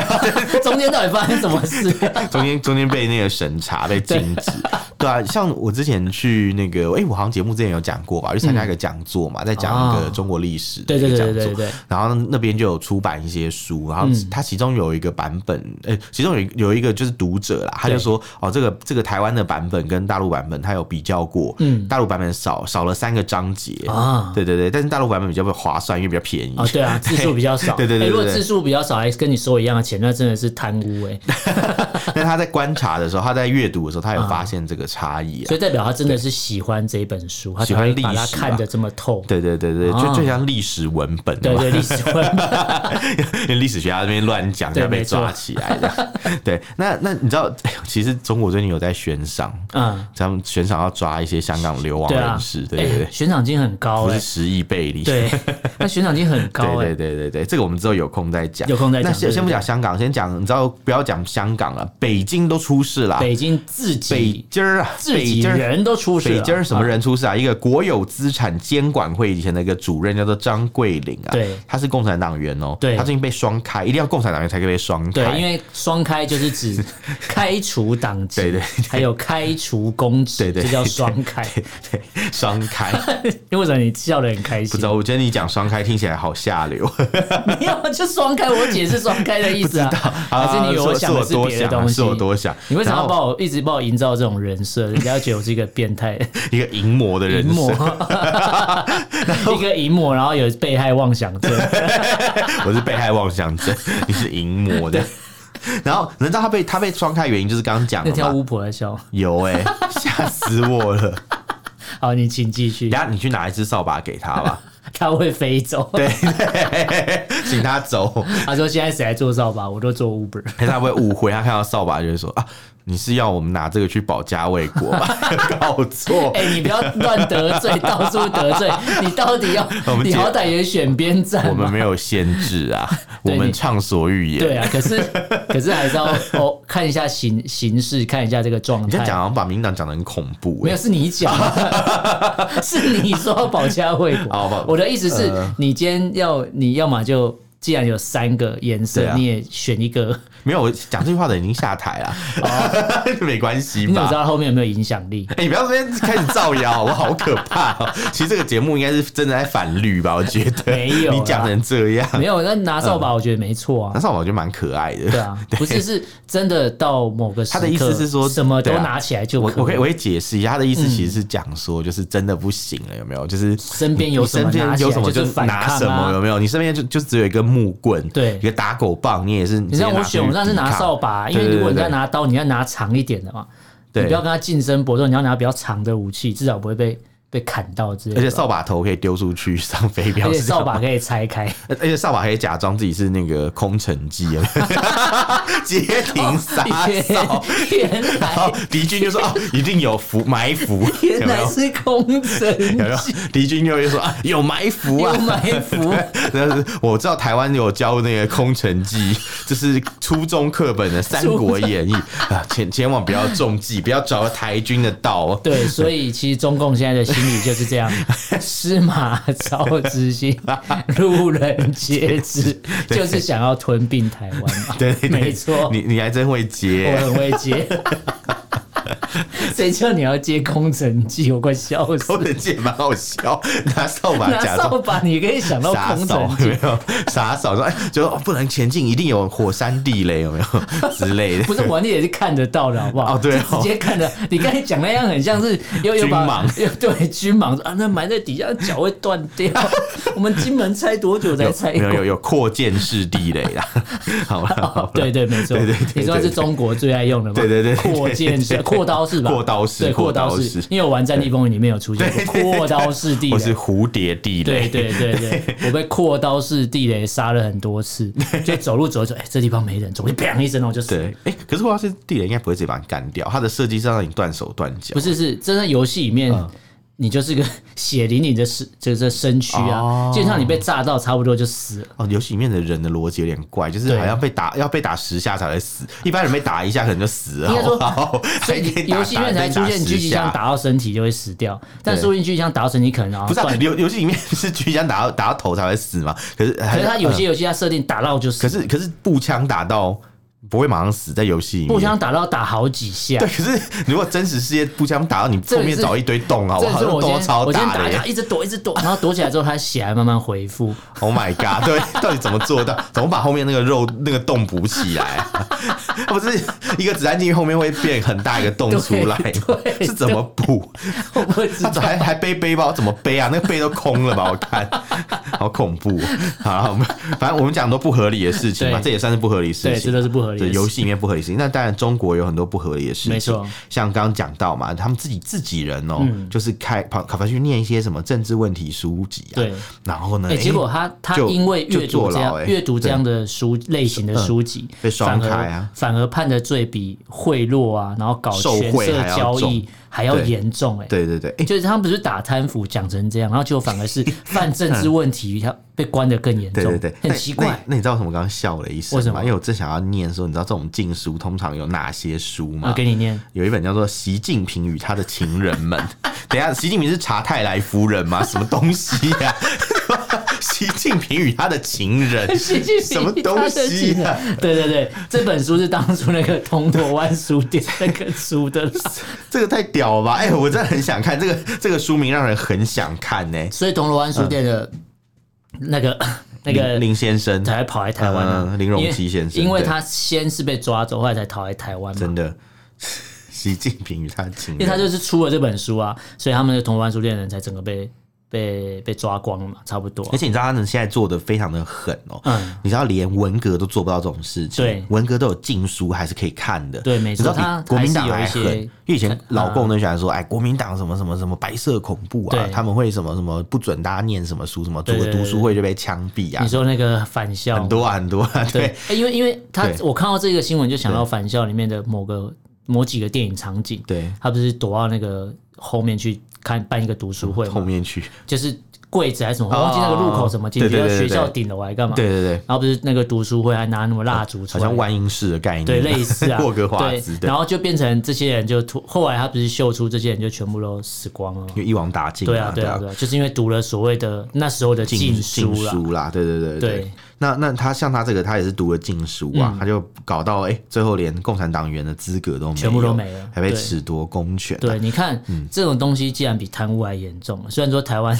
[SPEAKER 2] 中间到底发生什么事？
[SPEAKER 1] 中间中间被那个审查被禁止，对啊，像我之前去那个，哎、我好像节目之前有讲过吧，我去参加一个讲座嘛，在讲一
[SPEAKER 2] 哦
[SPEAKER 1] 个中国历史的
[SPEAKER 2] 对
[SPEAKER 1] 一
[SPEAKER 2] 对
[SPEAKER 1] 个
[SPEAKER 2] 对
[SPEAKER 1] 讲座，
[SPEAKER 2] 对对对，
[SPEAKER 1] 然后那边就有出版一些书，然后
[SPEAKER 2] 嗯
[SPEAKER 1] 它其中有一个版本，呃、其中有一有一个就是读者啦，他就说，哦，这个这个台湾的版本跟大陆版本他有比较过，
[SPEAKER 2] 嗯
[SPEAKER 1] 嗯，大陆版本少少了三个章节
[SPEAKER 2] 啊
[SPEAKER 1] 对对对，但是大陆版本比较划算，因为比较便宜
[SPEAKER 2] 啊，对啊，字数比较少。
[SPEAKER 1] 对对对对
[SPEAKER 2] 诶如果
[SPEAKER 1] 对
[SPEAKER 2] 字数比较少，还跟你收一样的钱，那真的是贪 污哎、
[SPEAKER 1] 但他在观察的时候，他在阅读的时候，他
[SPEAKER 2] 啊
[SPEAKER 1] 有发现这个差异啊
[SPEAKER 2] 所。以代表他真的是喜欢这一本书，他才
[SPEAKER 1] 喜欢
[SPEAKER 2] 会
[SPEAKER 1] 历
[SPEAKER 2] 把它
[SPEAKER 1] 史啊
[SPEAKER 2] 看
[SPEAKER 1] 吧
[SPEAKER 2] 得这么透。
[SPEAKER 1] 对对对对，
[SPEAKER 2] 啊
[SPEAKER 1] 就就像历史文本，
[SPEAKER 2] 对对，历史文本
[SPEAKER 1] 因为历史学家这边乱 讲，
[SPEAKER 2] 对
[SPEAKER 1] 要被
[SPEAKER 2] 没错
[SPEAKER 1] 抓起来的。对，那那你知道，哎其实中国最近有在悬赏，
[SPEAKER 2] 嗯，
[SPEAKER 1] 他们悬赏要抓一些香港流亡
[SPEAKER 2] 对啊
[SPEAKER 1] 人士，，对对
[SPEAKER 2] 哎
[SPEAKER 1] 对，
[SPEAKER 2] 悬赏金很高
[SPEAKER 1] 不
[SPEAKER 2] 哎、
[SPEAKER 1] 是十亿倍利，
[SPEAKER 2] 对，那悬赏金很
[SPEAKER 1] 对
[SPEAKER 2] 高哎、
[SPEAKER 1] 对对对对，这个我们之后有空再讲，
[SPEAKER 2] 有空再讲
[SPEAKER 1] 那
[SPEAKER 2] 对
[SPEAKER 1] 先
[SPEAKER 2] 对
[SPEAKER 1] 先不
[SPEAKER 2] 对
[SPEAKER 1] 讲香港，先讲，你知道不要讲香港了，北京都出事啦，
[SPEAKER 2] 北京自
[SPEAKER 1] 啊北
[SPEAKER 2] 己
[SPEAKER 1] 京儿啊，
[SPEAKER 2] 自
[SPEAKER 1] 北
[SPEAKER 2] 己
[SPEAKER 1] 京儿
[SPEAKER 2] 人都出事
[SPEAKER 1] 北
[SPEAKER 2] 了，
[SPEAKER 1] 京儿什么
[SPEAKER 2] 啊？
[SPEAKER 1] 人出事啊？一个国有资产监管会以前的一个主任叫做张桂林啊，
[SPEAKER 2] 对
[SPEAKER 1] 他是共产党员哦，
[SPEAKER 2] 对
[SPEAKER 1] 他最近被双开，一定要共产党员才可以被双开，
[SPEAKER 2] 对，因为双开就 是指开除党籍，
[SPEAKER 1] 对对
[SPEAKER 2] 还有开除公职，
[SPEAKER 1] 对对
[SPEAKER 2] 这叫双开。
[SPEAKER 1] 双 开，
[SPEAKER 2] 为什么你笑得很开
[SPEAKER 1] 不
[SPEAKER 2] 心
[SPEAKER 1] 知？道，我觉得你讲双开听起来好下流，
[SPEAKER 2] 没有，就双开，我解释双开的意思啊。 还是你以为
[SPEAKER 1] 是
[SPEAKER 2] 我
[SPEAKER 1] 我是
[SPEAKER 2] 想的
[SPEAKER 1] 我
[SPEAKER 2] 是
[SPEAKER 1] 多
[SPEAKER 2] 别的
[SPEAKER 1] 想
[SPEAKER 2] 东
[SPEAKER 1] 啊，
[SPEAKER 2] 西？
[SPEAKER 1] 是我多想，
[SPEAKER 2] 你为什么要
[SPEAKER 1] 然后
[SPEAKER 2] 把我一直把我营造这种人设？人家会觉得我是一个变 态
[SPEAKER 1] 一个淫魔的人
[SPEAKER 2] 淫 魔
[SPEAKER 1] 生？，
[SPEAKER 2] 一个淫魔，然后有被害妄想 症。
[SPEAKER 1] 我是被害妄想 症，你是淫魔的。然后，你知道他被他被双开的原因就是刚刚讲
[SPEAKER 2] 那条
[SPEAKER 1] 的嘛？
[SPEAKER 2] 巫婆在笑。
[SPEAKER 1] 有哎、吓死我了！
[SPEAKER 2] 好，你请继续
[SPEAKER 1] 等一。下你去拿一只扫把给他 吧，
[SPEAKER 2] 他会飞走。
[SPEAKER 1] 对，请他走，
[SPEAKER 2] 他说现在谁来做扫把，我都做 Uber。
[SPEAKER 1] 可是他会误会，他看到扫把就会说啊，你是要我们拿这个去保家卫国吗？ 搞错
[SPEAKER 2] 哎、，你不要乱得罪，到处得罪。你到底要
[SPEAKER 1] 我，们
[SPEAKER 2] 你
[SPEAKER 1] 解
[SPEAKER 2] 好歹也选边站
[SPEAKER 1] 我们
[SPEAKER 2] 嘛。
[SPEAKER 1] 没有限制啊，我
[SPEAKER 2] 对
[SPEAKER 1] 们
[SPEAKER 2] 你
[SPEAKER 1] 畅所欲言。
[SPEAKER 2] 对啊，可是可是还是要哦，看一下形形势，看一下这个状
[SPEAKER 1] 你这样讲
[SPEAKER 2] 态。
[SPEAKER 1] 好像把民进党讲的很恐怖、
[SPEAKER 2] 没
[SPEAKER 1] 欸
[SPEAKER 2] 有，，是你 讲，是你说要保家卫
[SPEAKER 1] 好
[SPEAKER 2] 国
[SPEAKER 1] 吧。
[SPEAKER 2] 我的意思是，
[SPEAKER 1] 呃
[SPEAKER 2] 你今天要，你要么就既然有三个颜色，
[SPEAKER 1] 对啊
[SPEAKER 2] 你也选一个。
[SPEAKER 1] 没有，我讲这句话的已经下台了， 没关系
[SPEAKER 2] 哦你怎么
[SPEAKER 1] 吧
[SPEAKER 2] 知？道后面有没有影响 力？
[SPEAKER 1] 哎、你不要这边开始造谣，好不好？好可怕、 哦！其实这个节目应该是真的在反绿吧？我觉得
[SPEAKER 2] 没有啦
[SPEAKER 1] 你讲成这样，
[SPEAKER 2] 没有，那拿扫把我觉得没错啊
[SPEAKER 1] 那。上网就蛮可爱的。
[SPEAKER 2] 对啊，不是是真的到某个时刻
[SPEAKER 1] 他的意思是说
[SPEAKER 2] 什么都
[SPEAKER 1] 对啊
[SPEAKER 2] 拿起来就
[SPEAKER 1] 我我可以我
[SPEAKER 2] 以
[SPEAKER 1] 可以解释一下，他的意
[SPEAKER 2] 嗯
[SPEAKER 1] 思其实是讲说，就是真的不行了，有没有？就是
[SPEAKER 2] 身边有
[SPEAKER 1] 你
[SPEAKER 2] 什么
[SPEAKER 1] 身边
[SPEAKER 2] 拿起来
[SPEAKER 1] 有什么
[SPEAKER 2] 就是反
[SPEAKER 1] 拿
[SPEAKER 2] 抗
[SPEAKER 1] 什
[SPEAKER 2] 啊
[SPEAKER 1] 么，有没有？你身边就就只有一根木棍，
[SPEAKER 2] 对
[SPEAKER 1] 一个打狗棒，你也是。你
[SPEAKER 2] 你让我选，我当然是拿扫把啊，因为如果人家
[SPEAKER 1] 对对对
[SPEAKER 2] 拿刀，你要拿长一点的嘛，你
[SPEAKER 1] 对
[SPEAKER 2] 不要跟他近身搏斗，你要拿比较长的武器，至少不会被被砍到之类的。
[SPEAKER 1] 而且扫把头可以丢出去上飞镖，
[SPEAKER 2] 而且
[SPEAKER 1] 是这样
[SPEAKER 2] 扫把
[SPEAKER 1] 吗，
[SPEAKER 2] 可以 拆开，
[SPEAKER 1] 而且扫把可以假装自己是那个空城计，有没 有街亭杀
[SPEAKER 2] 哦
[SPEAKER 1] 扫。
[SPEAKER 2] 原 原
[SPEAKER 1] 然后
[SPEAKER 2] 来
[SPEAKER 1] 敌军就说：“哦，一定有伏埋伏， 有
[SPEAKER 2] 原
[SPEAKER 1] 没
[SPEAKER 2] 来
[SPEAKER 1] 有？
[SPEAKER 2] 是空
[SPEAKER 1] 有没
[SPEAKER 2] 城
[SPEAKER 1] 有？”敌军就会说：“啊，有埋伏啊，
[SPEAKER 2] 有埋伏。
[SPEAKER 1] 但是我知道台湾有教那个《空城计》，就是初中课本的《三国演义》啊，千千万不要中计，不要着台军的道哦。
[SPEAKER 2] 对，所以其实中共现在的心理就是 这样：司马昭之心，路人皆知，就是想要吞 并台湾嘛。
[SPEAKER 1] 对对对
[SPEAKER 2] 没错，
[SPEAKER 1] 你你还真会接
[SPEAKER 2] 我。很会接。谁叫你要接空城计？我快笑死
[SPEAKER 1] 空！城计也蛮好笑，拿扫把
[SPEAKER 2] 拿
[SPEAKER 1] 假装
[SPEAKER 2] 扫把，你可 以想到
[SPEAKER 1] 傻
[SPEAKER 2] 空
[SPEAKER 1] 扫
[SPEAKER 2] 城
[SPEAKER 1] 有
[SPEAKER 2] 计，
[SPEAKER 1] 没有？傻扫说，哎，就说哦不能前进，一定有火山地雷，有没 有之类的？
[SPEAKER 2] 不是我你也是看得到的，好不好？
[SPEAKER 1] 哦对哦
[SPEAKER 2] 就直接看的。你刚才讲那样很像是又又把
[SPEAKER 1] 军
[SPEAKER 2] 又对军盲说啊，那埋在底下脚会断 掉。我们金门拆多久才
[SPEAKER 1] 有
[SPEAKER 2] 拆
[SPEAKER 1] 没有
[SPEAKER 2] 过？
[SPEAKER 1] 有有扩建式地雷 啦，好了，好了
[SPEAKER 2] 哦对对，没错。
[SPEAKER 1] 对对对
[SPEAKER 2] 你说
[SPEAKER 1] 对
[SPEAKER 2] 是
[SPEAKER 1] 对
[SPEAKER 2] 中国最爱用的吗？
[SPEAKER 1] 对对对对
[SPEAKER 2] 扩建式、
[SPEAKER 1] 对对对
[SPEAKER 2] 扩刀式吧？
[SPEAKER 1] 扩刀式
[SPEAKER 2] 对，扩刀
[SPEAKER 1] 扩刀
[SPEAKER 2] 式
[SPEAKER 1] 式。
[SPEAKER 2] 因为我玩《战地风云》里面有出现过扩刀式地
[SPEAKER 1] 或是
[SPEAKER 2] 雷。
[SPEAKER 1] 蝴蝶地
[SPEAKER 2] 对
[SPEAKER 1] 雷，
[SPEAKER 2] 对对对， 我被扩刀式地雷杀了很多次，就走路走一走，哎，这地方没人，走，我就砰一声，然后我就死了。
[SPEAKER 1] 对，哎、可是我要是地雷，应该不会直接把你干掉，它的设计是让你断手断脚，
[SPEAKER 2] 不是是，真的游戏里面，
[SPEAKER 1] 嗯
[SPEAKER 2] 你就是个 血淋淋的身，就是身躯啊，
[SPEAKER 1] 哦
[SPEAKER 2] 基本上你被炸到差不多就死了。
[SPEAKER 1] 哦，游戏里面的人的逻辑有点怪，就是
[SPEAKER 2] 对啊
[SPEAKER 1] 好像被打要被打十下才会死，一般人被打一下可能就死了，
[SPEAKER 2] 应该
[SPEAKER 1] 好
[SPEAKER 2] 说
[SPEAKER 1] 不好？还
[SPEAKER 2] 所以
[SPEAKER 1] 可以
[SPEAKER 2] 你
[SPEAKER 1] 打
[SPEAKER 2] 游戏里面才出现狙击枪，
[SPEAKER 1] 打
[SPEAKER 2] 打到身体就会死掉，但
[SPEAKER 1] 对
[SPEAKER 2] 说不定狙击枪打到身体可能
[SPEAKER 1] 得
[SPEAKER 2] 啊
[SPEAKER 1] 很打十下不是、啊、
[SPEAKER 2] 断，
[SPEAKER 1] 游游戏里面是狙击枪打到打到头才会死嘛？可是可
[SPEAKER 2] 可是它有些游戏它设定打到就
[SPEAKER 1] 哎可
[SPEAKER 2] 死，
[SPEAKER 1] 是可是步枪打到不会马上死，在游戏里面
[SPEAKER 2] 步枪打到打好几下
[SPEAKER 1] 对，。可是如果真实世界步枪打到你
[SPEAKER 2] 这
[SPEAKER 1] 后
[SPEAKER 2] 里是
[SPEAKER 1] 面找一堆洞，好不啊好？
[SPEAKER 2] 这是我
[SPEAKER 1] 那洞都
[SPEAKER 2] 今天我
[SPEAKER 1] 超
[SPEAKER 2] 今天
[SPEAKER 1] 大
[SPEAKER 2] 打
[SPEAKER 1] 的耶
[SPEAKER 2] 他一直躲一直躲，然后躲起来之后，他血还慢慢 恢复。
[SPEAKER 1] ！Oh my god！对，到底怎么做到？怎么把后面那个肉那个洞补起来？ 不是一个子弹进去后面会变很大一个洞出来吗
[SPEAKER 2] 对，对
[SPEAKER 1] 是怎么补？
[SPEAKER 2] 我不知
[SPEAKER 1] 他
[SPEAKER 2] 道
[SPEAKER 1] 怎么还还背背包？怎么背啊？那个背都空了吧？我看， 好恐怖！好啦，我们反正我们讲很多不合理的事情嘛，
[SPEAKER 2] 对
[SPEAKER 1] 这也算是不合理的事情
[SPEAKER 2] 对
[SPEAKER 1] 嘛。
[SPEAKER 2] 这都是不合理的
[SPEAKER 1] 对
[SPEAKER 2] 事情
[SPEAKER 1] 游戏里面不合理的事情。那当然，中国有很多不合理的事情，
[SPEAKER 2] 没错。嗯
[SPEAKER 1] 像刚刚讲到嘛，他们自己自己人哦，就是开跑跑回去念一些什么政治问题书籍啊，
[SPEAKER 2] 对。
[SPEAKER 1] 然后呢，
[SPEAKER 2] 哎、
[SPEAKER 1] 诶
[SPEAKER 2] 结果他他
[SPEAKER 1] 就
[SPEAKER 2] 因为
[SPEAKER 1] 就
[SPEAKER 2] 阅读
[SPEAKER 1] 坐
[SPEAKER 2] 这
[SPEAKER 1] 牢
[SPEAKER 2] 样
[SPEAKER 1] 哎嗯
[SPEAKER 2] 阅读这样的书类型的书籍，
[SPEAKER 1] 被双
[SPEAKER 2] 反而
[SPEAKER 1] 开啊
[SPEAKER 2] 反而判的罪比贿赂啊，然后搞
[SPEAKER 1] 受
[SPEAKER 2] 权
[SPEAKER 1] 贿
[SPEAKER 2] 色
[SPEAKER 1] 还要
[SPEAKER 2] 交
[SPEAKER 1] 重
[SPEAKER 2] 易还要
[SPEAKER 1] 对
[SPEAKER 2] 严重哎、
[SPEAKER 1] 对对对，诶
[SPEAKER 2] 就是他们不是打贪腐讲成这样，然后结果反 而是犯政治问题，他被关的更严重，
[SPEAKER 1] 对对对，
[SPEAKER 2] 很
[SPEAKER 1] 那
[SPEAKER 2] 奇
[SPEAKER 1] 那
[SPEAKER 2] 怪。
[SPEAKER 1] 那你知道为什么刚刚笑了一声
[SPEAKER 2] 为什么
[SPEAKER 1] 吗？因为我正想要念说，你知道这种禁书通常有哪些书吗？
[SPEAKER 2] 我给你念，
[SPEAKER 1] 有一本叫做《习近平与他的情人们》。 等一下，习近平是查泰莱夫人吗？什么东西呀、 习近平与他的情人，
[SPEAKER 2] 习近平
[SPEAKER 1] 什么东西啊呀、
[SPEAKER 2] 他的情人对对对，这本书是当初那个铜锣湾书店那个书的啦，
[SPEAKER 1] 这个太屌了吧！哎、我真的很想看这个这个书名，让人很想看呢、
[SPEAKER 2] 所以铜锣湾书店的嗯 那个那个
[SPEAKER 1] 林林先生，
[SPEAKER 2] 才跑来台湾啊，
[SPEAKER 1] 嗯林荣基先生
[SPEAKER 2] 因为因为
[SPEAKER 1] 对
[SPEAKER 2] 他先是被抓走，后来才逃来台湾嘛
[SPEAKER 1] 真。的， 习近平与他的情
[SPEAKER 2] 因为
[SPEAKER 1] 人，
[SPEAKER 2] 他就是出了这本书啊，所以他们的同湾书店的人才整个
[SPEAKER 1] 嗯
[SPEAKER 2] 被被被抓光了嘛，差不多啊、
[SPEAKER 1] 而且你知道他们现在做的非常的狠哦、
[SPEAKER 2] 嗯
[SPEAKER 1] 你知道连文革都做不到这种事情，
[SPEAKER 2] 对
[SPEAKER 1] 文革都有禁书还是可以看的，
[SPEAKER 2] 对没
[SPEAKER 1] 你知
[SPEAKER 2] 错
[SPEAKER 1] 道比
[SPEAKER 2] 他
[SPEAKER 1] 国民党还
[SPEAKER 2] 还是
[SPEAKER 1] 狠，
[SPEAKER 2] 有一些嗯
[SPEAKER 1] 因为以前老共都喜欢说，哎，国民党什么什么什么白色恐怖啊
[SPEAKER 2] 对，
[SPEAKER 1] 他们会什么什么不准大家念什么书，什么组
[SPEAKER 2] 对
[SPEAKER 1] 个
[SPEAKER 2] 对对
[SPEAKER 1] 读书会就被枪毙啊
[SPEAKER 2] 你，说那个返校
[SPEAKER 1] 很多啊很多啊，
[SPEAKER 2] 对
[SPEAKER 1] 对，，
[SPEAKER 2] 欸因为因为他
[SPEAKER 1] 对
[SPEAKER 2] 我看到这个新闻就想到返校里面的某个某几个电影场景，
[SPEAKER 1] 对
[SPEAKER 2] 他不是躲到那个后面去看办一个读书会
[SPEAKER 1] 嗯后
[SPEAKER 2] 嘛，
[SPEAKER 1] 面去，
[SPEAKER 2] 就是柜子还是什么，我忘记那个入口怎么进去，
[SPEAKER 1] 对对对对
[SPEAKER 2] 学
[SPEAKER 1] 对
[SPEAKER 2] 校顶楼还干嘛？
[SPEAKER 1] 对对对，
[SPEAKER 2] 然后不是那个读书会还拿那么蜡烛出
[SPEAKER 1] 好
[SPEAKER 2] 来
[SPEAKER 1] 像，万应式的概念，
[SPEAKER 2] 对，类似 啊，
[SPEAKER 1] 霍格华
[SPEAKER 2] 对
[SPEAKER 1] 兹，对
[SPEAKER 2] 然，后就变成这些人就突，后来他不是秀出这些人就全部都死光了吗？
[SPEAKER 1] 就一网打尽
[SPEAKER 2] 对啊
[SPEAKER 1] 嘛，，
[SPEAKER 2] 对啊，对啊，就是因为读了所谓的那时候的禁
[SPEAKER 1] 禁
[SPEAKER 2] 书
[SPEAKER 1] 禁
[SPEAKER 2] 啦，
[SPEAKER 1] 书啦，对对对
[SPEAKER 2] 对嗯
[SPEAKER 1] 那那他像他这个，他也是读了禁书啊，他就搞到哎、最后连共产党员的资格都没有，
[SPEAKER 2] 全部都没了
[SPEAKER 1] 还被
[SPEAKER 2] 对
[SPEAKER 1] 褫夺公权、
[SPEAKER 2] 对，你看、
[SPEAKER 1] 嗯
[SPEAKER 2] 这种东西，既然比贪污还严重，虽然说台湾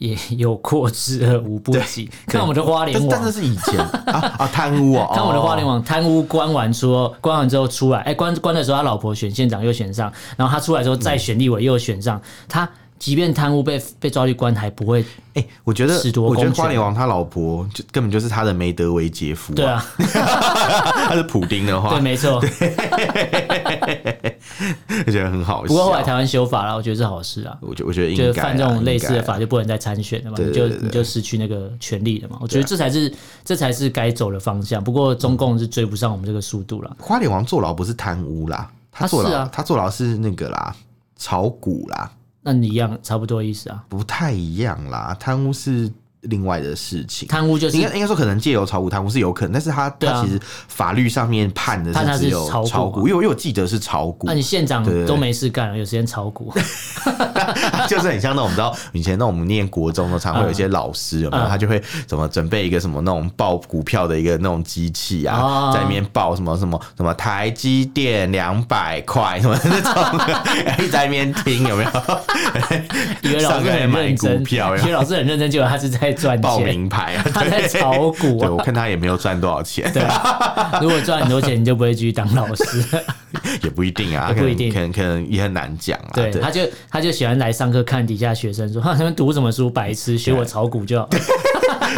[SPEAKER 2] 也有过之而无不及。看我们的花莲
[SPEAKER 1] 但但
[SPEAKER 2] 网
[SPEAKER 1] 这，是以前 啊啊贪污哦，
[SPEAKER 2] 看我的花莲
[SPEAKER 1] 哦
[SPEAKER 2] 网 贪污关完之后，关完之后出来，哎、关关的时候他老婆选县长又选上，然后他出来之后再选立委又选上，他即便贪污被被抓去关，还不会
[SPEAKER 1] 哎、我觉得
[SPEAKER 2] 褫夺
[SPEAKER 1] 我觉得
[SPEAKER 2] 公权
[SPEAKER 1] 花莲王他老婆就根本就是他的梅德韦杰夫、
[SPEAKER 2] 对啊，
[SPEAKER 1] 他是普丁的
[SPEAKER 2] 对，
[SPEAKER 1] 话，
[SPEAKER 2] 没错。
[SPEAKER 1] 我觉得很好笑。
[SPEAKER 2] 不过后来台湾修法了，我觉得是好事啊。
[SPEAKER 1] 我觉得我觉得应该
[SPEAKER 2] 就是
[SPEAKER 1] 啊
[SPEAKER 2] 犯这种类似的，
[SPEAKER 1] 应该啊
[SPEAKER 2] 法就不能再参选了嘛，
[SPEAKER 1] 对
[SPEAKER 2] 你
[SPEAKER 1] 对
[SPEAKER 2] 就
[SPEAKER 1] 对对
[SPEAKER 2] 你就失去那个权利了嘛。我觉得这才是这才是该走的方向。不过中共是追不上我们这个速度了。
[SPEAKER 1] 花莲王坐牢不是贪污啦，他
[SPEAKER 2] 啊
[SPEAKER 1] 坐牢、
[SPEAKER 2] 是啊
[SPEAKER 1] 他坐牢是那个啦，炒股啦。
[SPEAKER 2] 那你一样差不多意思啊。
[SPEAKER 1] 不太一样啦，贪污是另外的事情。
[SPEAKER 2] 贪污就
[SPEAKER 1] 应
[SPEAKER 2] 是
[SPEAKER 1] 该应该说，可能借由炒股贪污是有可能，但是他、
[SPEAKER 2] 对啊
[SPEAKER 1] 他其实法律上面判的
[SPEAKER 2] 判他
[SPEAKER 1] 是
[SPEAKER 2] 是
[SPEAKER 1] 只有
[SPEAKER 2] 炒股
[SPEAKER 1] 炒
[SPEAKER 2] 嘛
[SPEAKER 1] 股，因为因为我记得是炒股
[SPEAKER 2] 那、，啊你县长
[SPEAKER 1] 对对对
[SPEAKER 2] 都没事干了，有时间炒股，
[SPEAKER 1] 就是很像那种，你知道以前那我们念国中的，常会有一些老师有没有？
[SPEAKER 2] 嗯
[SPEAKER 1] 他就会怎么准备一个什么那种报股票的一个那种机器啊
[SPEAKER 2] 哦，
[SPEAKER 1] 在里面报什么什么什么台积电两百块什么那种，一直 哎在那边听有没有？
[SPEAKER 2] 以为老
[SPEAKER 1] 上
[SPEAKER 2] 师
[SPEAKER 1] 个月
[SPEAKER 2] 很
[SPEAKER 1] 买
[SPEAKER 2] 认
[SPEAKER 1] 股
[SPEAKER 2] 真，
[SPEAKER 1] 票
[SPEAKER 2] 以
[SPEAKER 1] 呀
[SPEAKER 2] 为。老师很认真，结果他是在赚
[SPEAKER 1] 报
[SPEAKER 2] 钱。
[SPEAKER 1] 名牌啊，
[SPEAKER 2] 他 在
[SPEAKER 1] 对
[SPEAKER 2] 炒股啊
[SPEAKER 1] 对我看他也没有赚多少钱，
[SPEAKER 2] 如果赚很多钱，你就不会继续当老师。
[SPEAKER 1] 也不一定啊，
[SPEAKER 2] 也不一定
[SPEAKER 1] 可能可能可能也很难讲啊。
[SPEAKER 2] 对，
[SPEAKER 1] 对，
[SPEAKER 2] 他就他就喜欢来上课看底下学生说，哈他们读什么书，白痴，学我炒股就好。